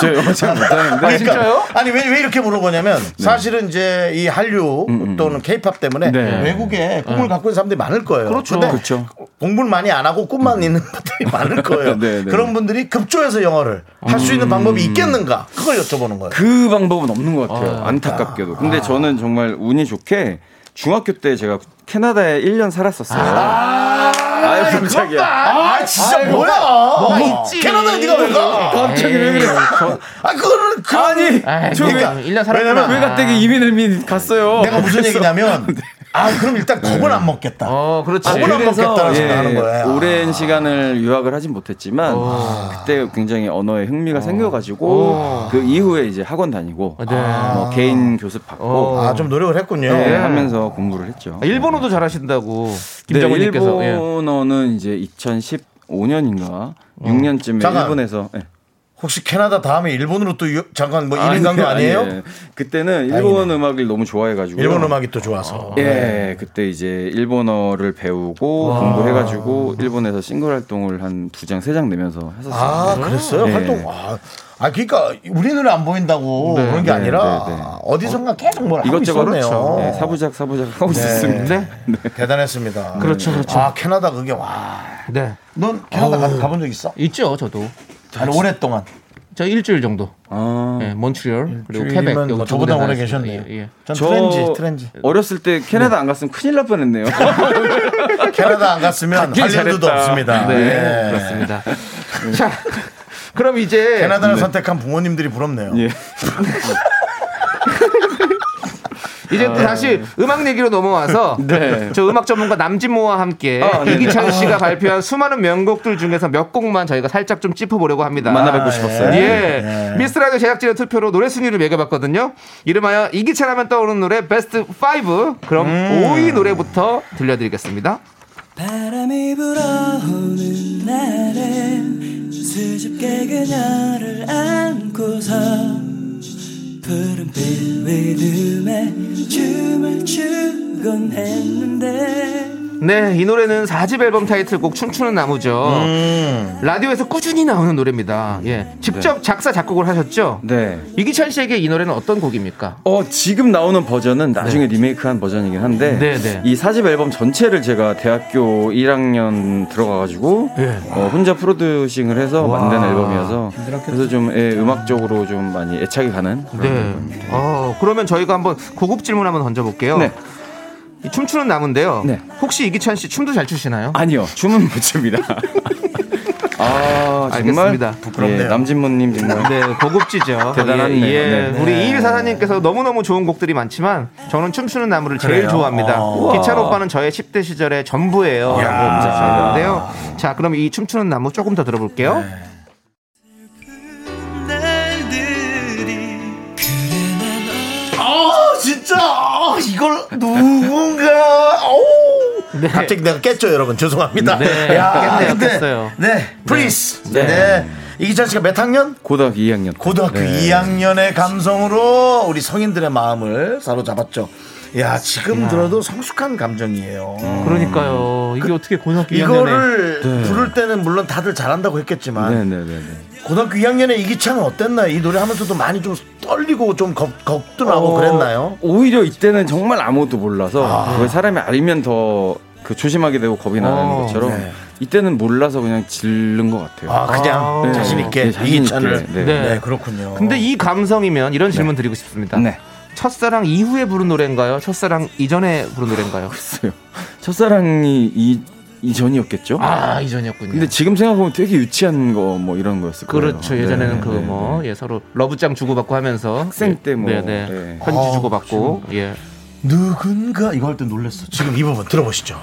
저 영어 잘 못하는데. 아, 진짜요? 아니 왜, 왜 이렇게 물어보냐면 사실은 이제 이 한류 또는 케이팝 때문에 네. 외국에 꿈을 갖고 있는 사람들이 많을 거예요. 그렇죠. 근데 그렇죠. 공부를 많이 안 하고 꿈만 있는 분들이 많을 거예요. 네, 네. 그런 분들이 급조해서 영어를 할 수 있는 방법이 있겠는가? 그걸 여쭤보는 거예요. 그 방법은 없는 것 같아요. 안타깝게도. 근데 저는 정말 운이 좋게 중학교 때 제가 캐나다에 1년 살았었어요. 아, 유 깜짝이야. 아 진짜 뭐야? 어, 있지. 캐나다에 네가 왜 가? 갑자기 왜 그래? 아 그거는 그 아니 아이, 저기 그러니까 1년 살았구나. 왜냐면 왜 갑자기 이민을 민 갔어요? 내가 무슨 얘기냐면 아 그럼 일단 겁을 안 먹겠다. 어, 그렇지. 아, 물론- 먹겠다라는 생각하는 거예요. 아. 오랜 시간을 유학을 하진 못했지만 그때 굉장히 언어에 흥미가 생겨가지고 오. 그 이후에 이제 학원 다니고 네. 뭐 개인 교습 받고 어. 아 좀 노력을 했군요. 예, 하면서 공부를 했죠. 아, 일본어도 잘하신다고 네, 김정은님께서 예. 어. 일본어는 이제 2015년인가 6년쯤에 잠깐. 어, 일본에서 예. 혹시 캐나다 다음에 일본으로 또 유- 잠깐 뭐 아니, 일인 간거 아니에요? 아니에요. 그때는 일본 음악을 너무 좋아해가지고 일본 음악이 어, 네. 또 좋아서. 예, 그때 이제 일본어를 배우고 공부해가지고 일본에서 싱글 활동을 한 두 장, 세 장 내면서 했었어요. 아, 그랬어요? 네. 활동. 아, 아 그러니까 우리 눈에 안 보인다고 네, 그런 게 네, 아니라 네, 네. 어디선가 계속 뭘 하고 이것저것 있었네요. 그렇죠. 네, 사부작 사부작 하고 있었습니다. 네. 대단했습니다. 그렇죠, 네. 그렇죠. 아 캐나다 그게 와. 네. 넌 캐나다 가, 가본 적 있어? 있죠, 저도. 아니 오랫동안. 저 일주일 정도. 아, 예, 몬트리올 그리고 케벡 어. 주일이면 여기 뭐 두 저보다 군데 오래 다녔습니다. 계셨네요. 예, 예. 전 저- 트렌지 트렌지. 네. 어렸을 때 캐나다 안 갔으면 큰일 날 뻔했네요. 캐나다 안 갔으면 갔길 할 일도 잘했다. 없습니다. 네, 예. 그렇습니다. 네. 자, 그럼 이제 캐나다를 선택한 부모님들이 부럽네요. 예. 이제 아. 또 다시 음악 얘기로 넘어와서 네. 저 음악 전문가 남진모와 함께 아, 네네. 이기찬 씨가 발표한 수많은 명곡들 중에서 몇 곡만 저희가 살짝 좀 짚어보려고 합니다. 만나뵙고 싶었어요. 네. 예. 미스라디오 제작진의 투표로 노래 순위를 매겨봤거든요. 이름하여 이기찬 하면 떠오르는 노래 베스트 5. 그럼 음. 5위 노래부터 들려드리겠습니다. 바람이 불어오는 날엔 수줍게 그녀를 안고서 푸른빛 리듬에 춤을 추곤 했는데 네, 이 노래는 4집 앨범 타이틀곡 춤추는 나무죠. 음. 라디오에서 꾸준히 나오는 노래입니다. 예. 직접 작사 작곡을 하셨죠? 네. 이기찬 씨에게 이 노래는 어떤 곡입니까? 어 지금 나오는 버전은 나중에 리메이크한 버전이긴 한데 네, 네. 이 사집 앨범 전체를 제가 대학교 1학년 들어가가지고 예. 어, 혼자 프로듀싱을 해서 와. 만든 앨범이어서 그래서 좀 예, 음악적으로 좀 많이 애착이 가는 그런 네. 어, 그러면 저희가 한번 고급 질문 한번 던져볼게요. 네. 이 춤추는 나무인데요. 네. 혹시 이기찬 씨 춤도 잘 추시나요? 아니요 춤은 못 춥니다. 아 정말 알겠습니다. 부끄럽네요. 예, 남진모님 정말 네, 고급지죠. 대단하네요. 예, 예. 네. 우리 이일 사사님께서 너무너무 좋은 곡들이 많지만 저는 춤추는 나무를 제일 그래요? 좋아합니다. 어. 기찬 오빠는 저의 10대 시절의 전부예요. 라고 보내주셨는데요. 자, 그럼 이 춤추는 나무 조금 더 들어볼게요. 아 진짜 아, 이걸 누군가 어우. 갑자기 내가 깼죠 여러분 죄송합니다. 네, 깼네요, 깼어요. 네, please. 네. 이기찬 씨가 몇 학년? 고등학교 2학년 고등학교 네. 2학년의 감성으로 우리 성인들의 마음을 사로잡았죠. 야 지금 들어도 성숙한 감정이에요. 그러니까요. 음. 이게 어떻게 고등학교 이거를 부를 때는 물론 다들 잘한다고 했겠지만 네네네. 고등학교 2학년에 이기찬은 어땠나요? 이 노래 하면서도 많이 좀 떨리고 좀 겁, 겁도 나고 어, 그랬나요? 오히려 이때는 정말 아무것도 몰라서 왜 사람이 알면 더 그 조심하게 되고 겁이 나는 어, 것처럼 네. 이때는 몰라서 그냥 질른 것 같아요. 아 그냥 네. 자신 있게 네, 자신 이기찬을 있게, 네. 네. 그렇군요. 근데 이 감성이면 이런 질문 드리고 싶습니다. 네. 첫사랑 이후에 부른 노래인가요? 첫사랑 이전에 부른 노래인가요? 글쎄요. 첫사랑이 이 이전이었겠죠. 아 이전이었군요. 근데 지금 생각하면 되게 유치한 거 뭐 이런 거였을 거예요. 그렇죠. 예전에는 그 뭐 예 서로 러브장 주고받고 하면서 학생 때 뭐, 네네 네. 편지 아, 주고받고 예. 누군가 이거 할 때 놀랬어. 지금 이 부분 들어보시죠.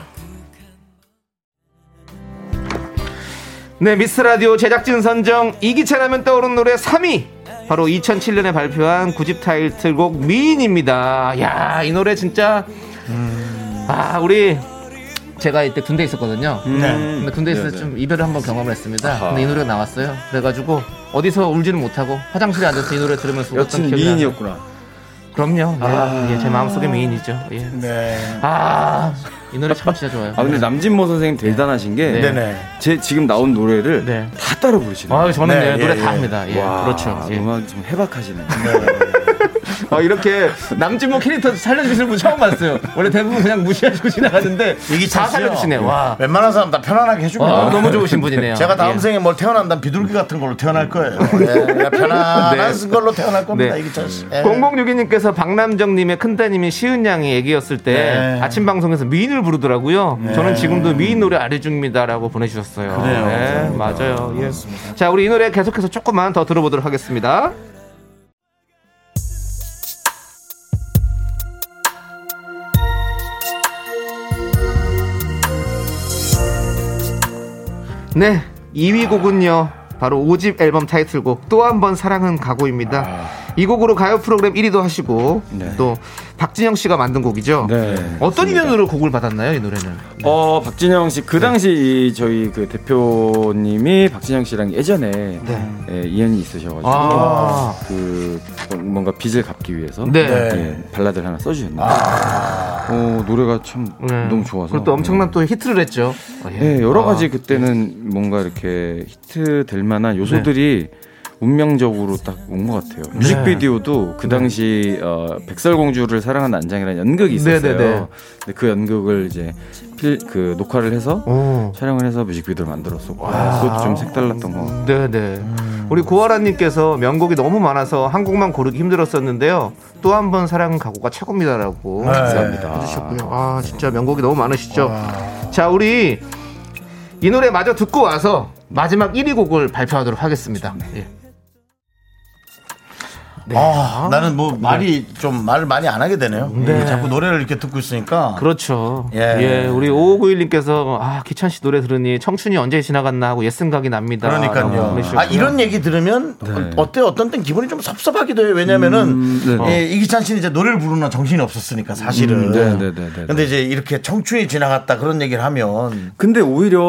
네 미스 라디오 제작진 선정 이기찬 하면 떠오르는 노래 3위 바로 2007년에 발표한 9집 타이틀곡 미인입니다. 야 이 노래 진짜 음. 아 우리 제가 이때 군대 에 있었거든요. 네. 음, 근데 군대에서 네네. 좀 이별을 한번 경험을 했습니다. 근데 이 노래가 나왔어요. 그래가지고 어디서 울지는 못하고 화장실에 앉아서 이 노래 들으면서 울었던 네. 여친 아. 기억이 나요. 미인이었구나. 그럼요. 네. 예, 제 마음속의 미인이죠. 예. 네. 아, 이 노래 참 진짜 좋아요. 아 근데 남진모 선생님 대단하신 게 제 네. 네네. 지금 나온 노래를 네. 다 따라 부르시네요. 아, 저는 네, 예, 예, 노래 예. 다 합니다. 예, 와, 그렇죠. 예. 음악이 좀 해박하시네요. 아, 이렇게 남진모 캐릭터 살려주시는 분 처음 봤어요. 원래 대부분 그냥 무시하시고 지나가는데 이기찬 다 씨요. 살려주시네. 와, 웬만한 사람 다 편안하게 해줍니다. 예. 와, 너무 좋으신 분이네요. 제가 다음 어. 예. 생에 뭘 태어난다면 비둘기 같은 걸로 태어날 거예요. 예, 그냥 편안한 네. 걸로 태어날 겁니다. 네. 이기찬 씨. 예. 0062님께서 박남정님의 큰따님이 시은양이 애기였을 때 네. 아침 방송에서 미인을 부르더라고요. 저는 지금도 미인 노래 아래 중입니다라고 보내주셨어요. 그래요. 네, 맞아요. 예. 자, 우리 이 노래 계속해서 조금만 더 들어보도록 하겠습니다. 네, 2위 곡은요. 바로 5집 앨범 타이틀곡 또 한 번 사랑은 가고입니다. 이 곡으로 가요 프로그램 1위도 하시고 아. 네. 또 박진영 씨가 만든 곡이죠. 네. 어떤 인연으로 곡을 받았나요, 이 노래는? 어 박진영 씨 네. 그 당시 이 저희 그 대표님이 박진영 씨랑 예전에 예, 인연이 있으셔가지고 네. 아. 그 뭔가 빚을 갚기 위해서 네. 아. 예, 발라드 를 하나 써주셨는데 어 노래가 참 네. 너무 좋아서 그리고 또 엄청난 또 히트를 했죠. 어, 예, 여러 아, 네. 가지 그때는 뭔가 이렇게 히트 될 만한 요소들이 운명적으로 딱 온 것 같아요. 네. 뮤직비디오도 그 당시 어, 백설공주를 사랑한 난장이라는 연극이 있었어요. 네, 네, 네. 근데 그 연극을 이제 필, 그 녹화를 해서 오. 촬영을 해서 뮤직비디오를 만들었었고 그것도 좀 색달랐던 것 같아요. 네네. 우리 고아라님께서 명곡이 너무 많아서 한 곡만 고르기 힘들었었는데요. 또 한 번 사랑은 각오가 최고입니다라고 네. 감사합니다. 해주셨고요. 아 진짜 명곡이 너무 많으시죠. 자 우리 이 노래 마저 듣고 와서 마지막 1위 곡을 발표하도록 하겠습니다. 예. 아, 나는 네. 뭐 말이 좀 말을 많이 안 하게 되네요. 이게 자꾸 노래를 이렇게 듣고 있으니까. 그렇죠. 예. 예. 우리 5591님께서 아 기찬 씨 노래 들으니 청춘이 언제 지나갔나 하고 옛 생각이 납니다. 라고 그러니까요. 보내주셨고요. 아, 이런 얘기 들으면 네. 어때 어떤 땐 기분이 좀 섭섭하기도 해요. 왜냐면은 음, 예, 이기찬 씨는 이제 노래를 부르나 정신이 없었으니까 사실은. 네. 어. 음, 네, 네, 네, 네. 근데 이제 이렇게 청춘이 지나갔다 그런 얘기를 하면 근데 오히려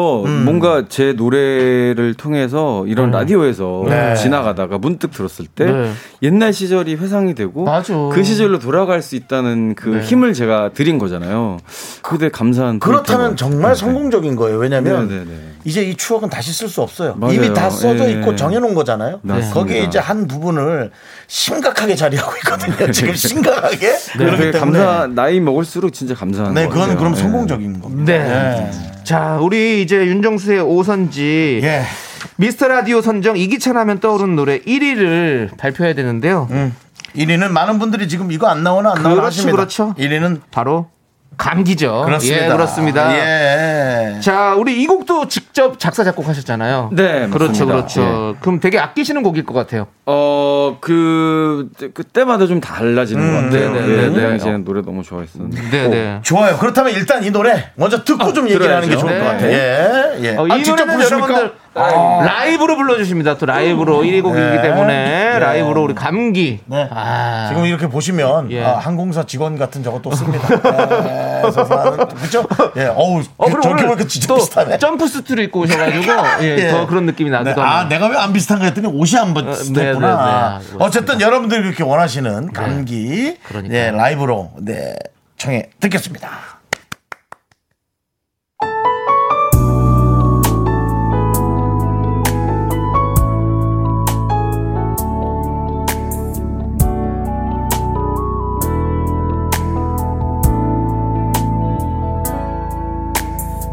뭔가 제 노래를 통해서 이런 라디오에서 네. 지나가다가 문득 들었을 때 네. 옛날 시절이 회상이 되고 맞아. 그 시절로 돌아갈 수 있다는 그 힘을 제가 드린 거잖아요. 그때 감사한 그렇다면 포인트인 것 정말 같아요. 성공적인 거예요. 왜냐면 그렇죠. 네, 네, 네. 이제 이 추억은 다시 쓸 수 없어요. 맞아요. 이미 다 써져 예. 있고 정해놓은 거잖아요. 맞습니다. 거기에 이제 한 부분을 심각하게 자리하고 있거든요. 지금 심각하게. 네. 되게 그렇기 때문에. 감사 나이 먹을수록 진짜 감사한 네, 것 그건 같아요. 그럼 예. 성공적인 거. 네. 자, 우리 이제 윤정수의 오선지 예. 미스터 라디오 선정 이기찬 하면 떠오르는 노래 1위를 발표해야 되는데요. 음, 1위는 많은 분들이 지금 이거 안 나오나 안 나오나 그렇죠, 하십니다. 그렇죠. 1위는 바로 감기죠. 그렇습니다. 예, 그렇습니다. 예. 자, 우리 이 곡도 직접 작사 작곡하셨잖아요. 네, 그렇죠, 맞습니다. 그렇죠. 예. 그럼 되게 아끼시는 곡일 것 같아요. 어, 그, 그때마다 좀 달라지는 것 같아요. 네, 네, 네, 네. 네, 는 노래 너무 좋아했었는데. 네, 네. 좋아요. 그렇다면 일단 이 노래 먼저 듣고 좀 얘기를 하는 게 들어야죠. 좋을 것 네. 같아요. 예. 예. 어, 아, 이 직접 노래는 부르십니까? 아. 여러분들 라이브로 불러주십니다. 또 라이브로 1위 곡이기 네. 때문에 네. 라이브로 우리 감기. 네. 아. 지금 이렇게 보시면 예. 아, 항공사 직원 같은 저거 또 씁니다. 예, 그래서 그렇죠? 예, 어우, 어, 그, 그럼 저렇게 오늘 보니까 진짜 또 비슷하네. 점프 수트를 입고 오셔가지고 예, 예. 더 그런 느낌이 네, 나기도 합니다. 아, 내가 왜 안 비슷한가 했더니 옷이 안 비슷했구나. 네, 네, 네. 어쨌든 여러분들이 그렇게 원하시는 감기 그러니까요. 예, 라이브로 네, 청해 듣겠습니다.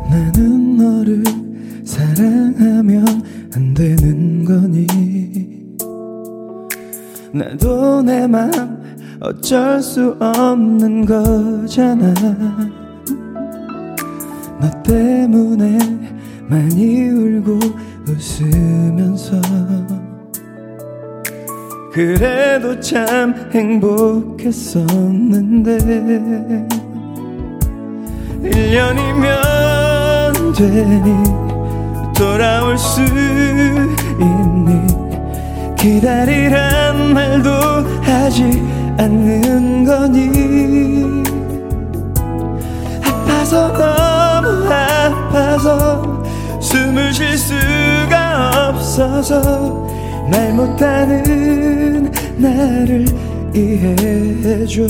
나는 너를 사랑하면 안 되는 거니 나도 내 맘 어쩔 수 없는 거잖아 너 때문에 많이 울고 웃으면서 그래도 참 행복했었는데 1년이면 되니 돌아올 수 있니 기다리란 말도 하지 않는 거니 아파서 너무 아파서 숨을 쉴 수가 없어서 말 못하는 나를 이해해줘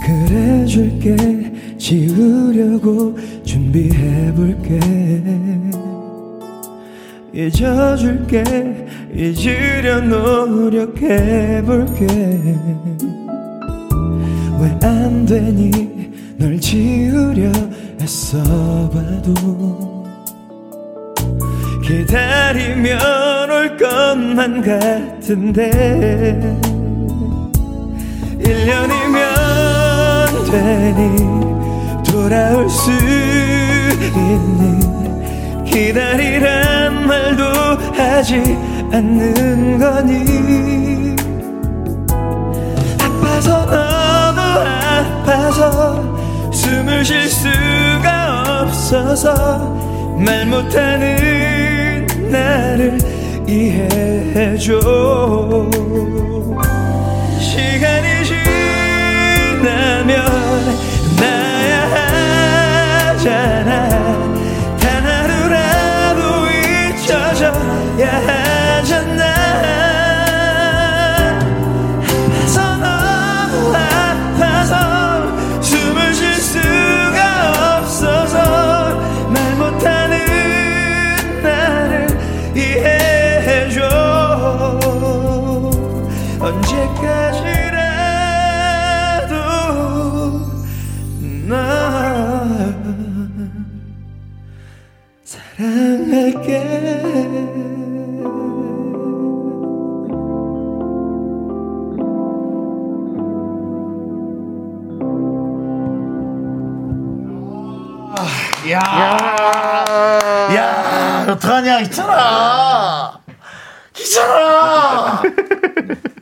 그래줄게 지우려고 준비해볼게 잊어줄게 잊으려 노력해볼게 왜 안 되니 널 지우려 애써봐도 기다리면 올 것만 같은데 1년이면 되니 돌아올 수 있니 기다리란 말도 하지 않는 거니 아파서 너무 아파서 숨을 쉴 수가 없어서 말 못하는 나를 이해해줘 시간이 지나면 나야 하잖아 단 하루라도 잊혀져 야, 어떡하냐, 기찬아. 기찬아.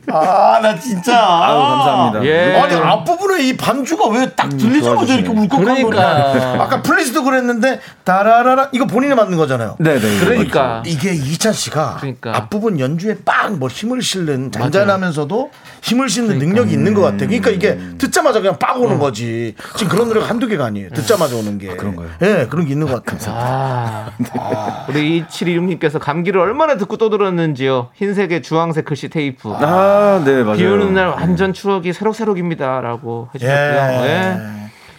아, 나 진짜. 아우, 감사합니다. 예. 아니 앞부분에 이 반주가 왜 딱 들리자마자 이렇게 울컥한 거냐 음, 그러니까. 아까 플리즈도 그랬는데 따라라라 이거 본인이 만든 거잖아요. 네, 네. 그러니까 이게 이찬 씨가 그러니까. 앞부분 연주에 빵 뭐 힘을 실는 잔잔하면서도 힘을 실는 능력이 있는 것 같아. 그러니까 이게 음. 듣자마자 그냥 빵 어. 오는 거지. 지금 그런 노래가 한두 개가 아니에요. 듣자마자 오는 게. 그런가요? 예, 그런 게 있는 것 같아요. 아, 우리 2726님께서 감기를 얼마나 듣고 떠들었는지요. 흰색에 주황색 글씨 테이프. 아, 네, 맞아요. 비 오는 날 완전 추억이 새록새록입니다. 라고 해주셨고요. 예.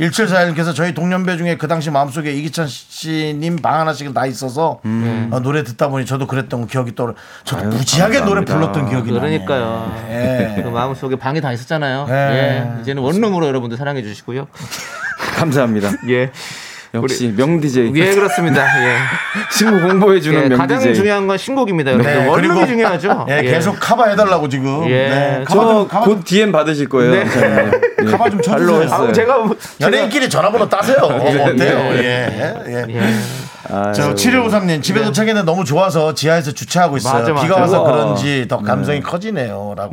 1741님께서 저희 동년배 중에 그 당시 마음속에 이기찬 씨님 방 하나씩은 다 있어서 음. 어, 노래 듣다 보니 저도 그랬던 기억이 떠오르 저도 무지하게 노래 감사합니다. 불렀던 기억이 그러니까요. 나네. 예. 그 마음속에 방이 다 있었잖아요. 예. 예. 이제는 원룸으로 여러분들 사랑해 주시고요. 감사합니다. 예. 역시 명 DJ. 예, 그렇습니다. 예. 신곡 홍보해 주는 예, 명 가장 DJ. 중요한 건 신곡입니다. 여러분. 네, 원룸이 그리고- 중요하죠. 아, 예, 계속 커버 해달라고 지금. 예. 네, 커버 좀, 커버, 저곧 DM 받으실 거예요. 네. 감사합니다. 예. 커버 좀 쳐주세요. 발로 했어요. 아우, 제가 뭐- 연예인끼리 전화번호 따세요. 어, 어때요? 예, 예. 예. 아유. 저 7553님 집에 도착했는데 너무 좋아서 지하에서 주차하고 있어요. 맞아, 맞아. 비가 와서 우와. 그런지 더 감성이 커지네요라고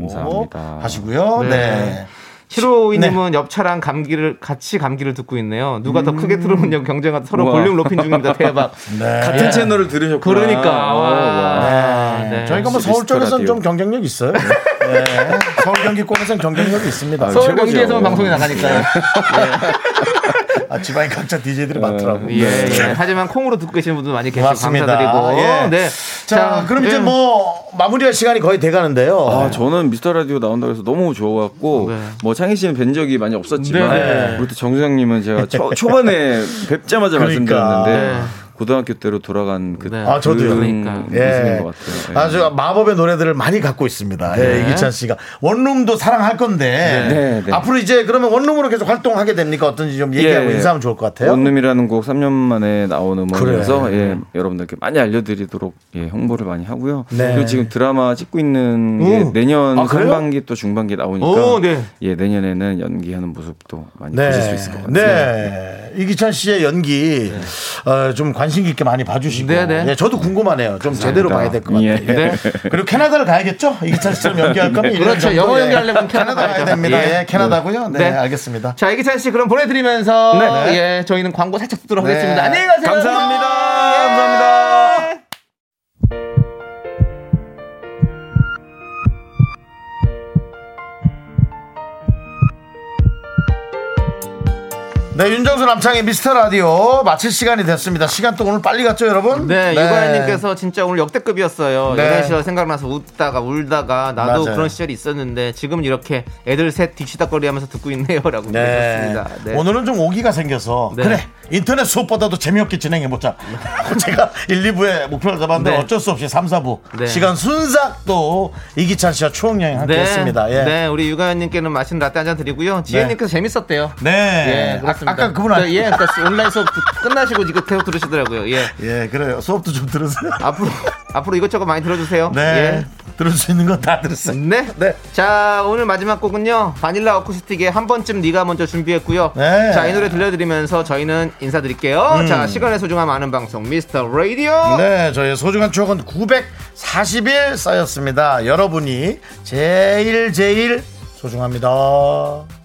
감사합니다. 하시고요. 네. 네. 시로이님은 옆 차랑 감기를 같이 감기를 듣고 있네요. 누가 더 크게 틀어놓냐고 경쟁하다 서로 우와. 볼륨 높인 중입니다. 대박. 네. 같은 채널을 들으셨구나. 아, 그러니까. 음. 와. 네. 네. 저희가 뭐 서울 미스터 쪽에서는 라디오. 좀 경쟁력 있어요. 네. 서울 경기권에서는 경쟁력이 있습니다. 아유, 서울 최고죠. 경기에서만 방송이 나가니까요. 아, 지방에 각자 DJ들이 많더라고요. 예, 예. 하지만 콩으로 듣고 계시는 분들 많이 계시고 맞습니다. 감사드리고. 예. 네. 자, 그럼 이제 예. 뭐 마무리할 시간이 거의 돼 가는데요. 네. 아, 저는 미스터 라디오 나온다고 해서 너무 좋아갖고, 네. 뭐, 창희 씨는 뵌 적이 많이 없었지만, 네. 우리 또 정수장님은 제가 초, 초반에 뵙자마자 그러니까. 말씀드렸는데, 네. 고등학교 때로 돌아간 그, 네. 아, 저도요. 그런 그러니까. 모습인 것 같아요. 예. 아주 마법의 노래들을 많이 갖고 있습니다. 예, 이기찬 씨가 원룸도 사랑할 건데 네, 네. 앞으로 이제 그러면 원룸으로 계속 활동하게 됩니까? 어떤지 좀 얘기하고 예, 예. 인사하면 좋을 것 같아요. 원룸이라는 곡 3년 만에 나온 음원이라서 예, 여러분들께 많이 알려드리도록 예, 홍보를 많이 하고요. 네. 그리고 지금 드라마 찍고 있는 게 오. 내년 아, 그래요? 상반기 또 중반기 나오니까 오, 네. 예, 내년에는 연기하는 모습도 많이 네. 보실 수 있을 것 같아요. 네. 이기찬 씨의 연기 어, 좀 관심 깊게 많이 봐주시고 네, 네. 예, 저도 궁금하네요. 좀 제대로 봐야 될 것 같아요. 예. 예. 그리고 캐나다를 가야겠죠? 이기찬 씨처럼 연기할 거면 일년 그렇죠. 정도, 영어 예. 연기하려면 캐나다 캐나다 가야 가야죠. 됩니다. 예. 예, 캐나다고요. 네, 네. 알겠습니다. 자, 이기찬 씨 그럼 보내드리면서 예, 저희는 광고 살짝 듣도록 네. 하겠습니다. 안녕히 가세요. 감사합니다. 예. 감사합니다. 네, 윤정수 남창의 미스터 라디오 마칠 시간이 됐습니다. 시간 또 오늘 빨리 갔죠, 여러분? 네, 유가연님께서 진짜 오늘 역대급이었어요. 네. 이런 시절 생각나서 웃다가 울다가 맞아요. 나도 그런 시절이 있었는데 지금 이렇게 애들 셋 뒤치다거리하면서 듣고 있네요라고 네. 보내셨습니다. 네. 오늘은 좀 오기가 생겨서 네. 그래 인터넷 수업보다도 재미없게 진행해보자 하고 제가 1, 2부에 목표를 잡았는데 네. 어쩔 수 없이 3, 4부 네. 시간 순삭 또 이기찬 씨와 추억여행 함께 했습니다 예. 네. 네, 우리 유가연님께는 맛있는 라떼 한 잔 드리고요. 지혜님께서 재밌었대요. 예, 그렇습니다. 아, 까 그분 아니 네, 예, 그러니까 온라인 수업 끝나시고 이거 계속 들으시더라고요. 예. 예, 그래요. 수업도 좀 들으세요. 앞으로 앞으로 이것저것 많이 들어주세요. 네. 들을 수 있는 건 다 예. 들었어요. 네. 네. 자 오늘 마지막 곡은요 바닐라 어쿠스틱의 한 번쯤 네가 먼저 준비했고요. 네. 음. 자 이 노래 들려드리면서 저희는 인사드릴게요. 자 시간의 소중함 아는 방송 미스터 라디오. 네, 저희의 소중한 추억은 940일 쌓였습니다. 여러분이 제일 제일 소중합니다.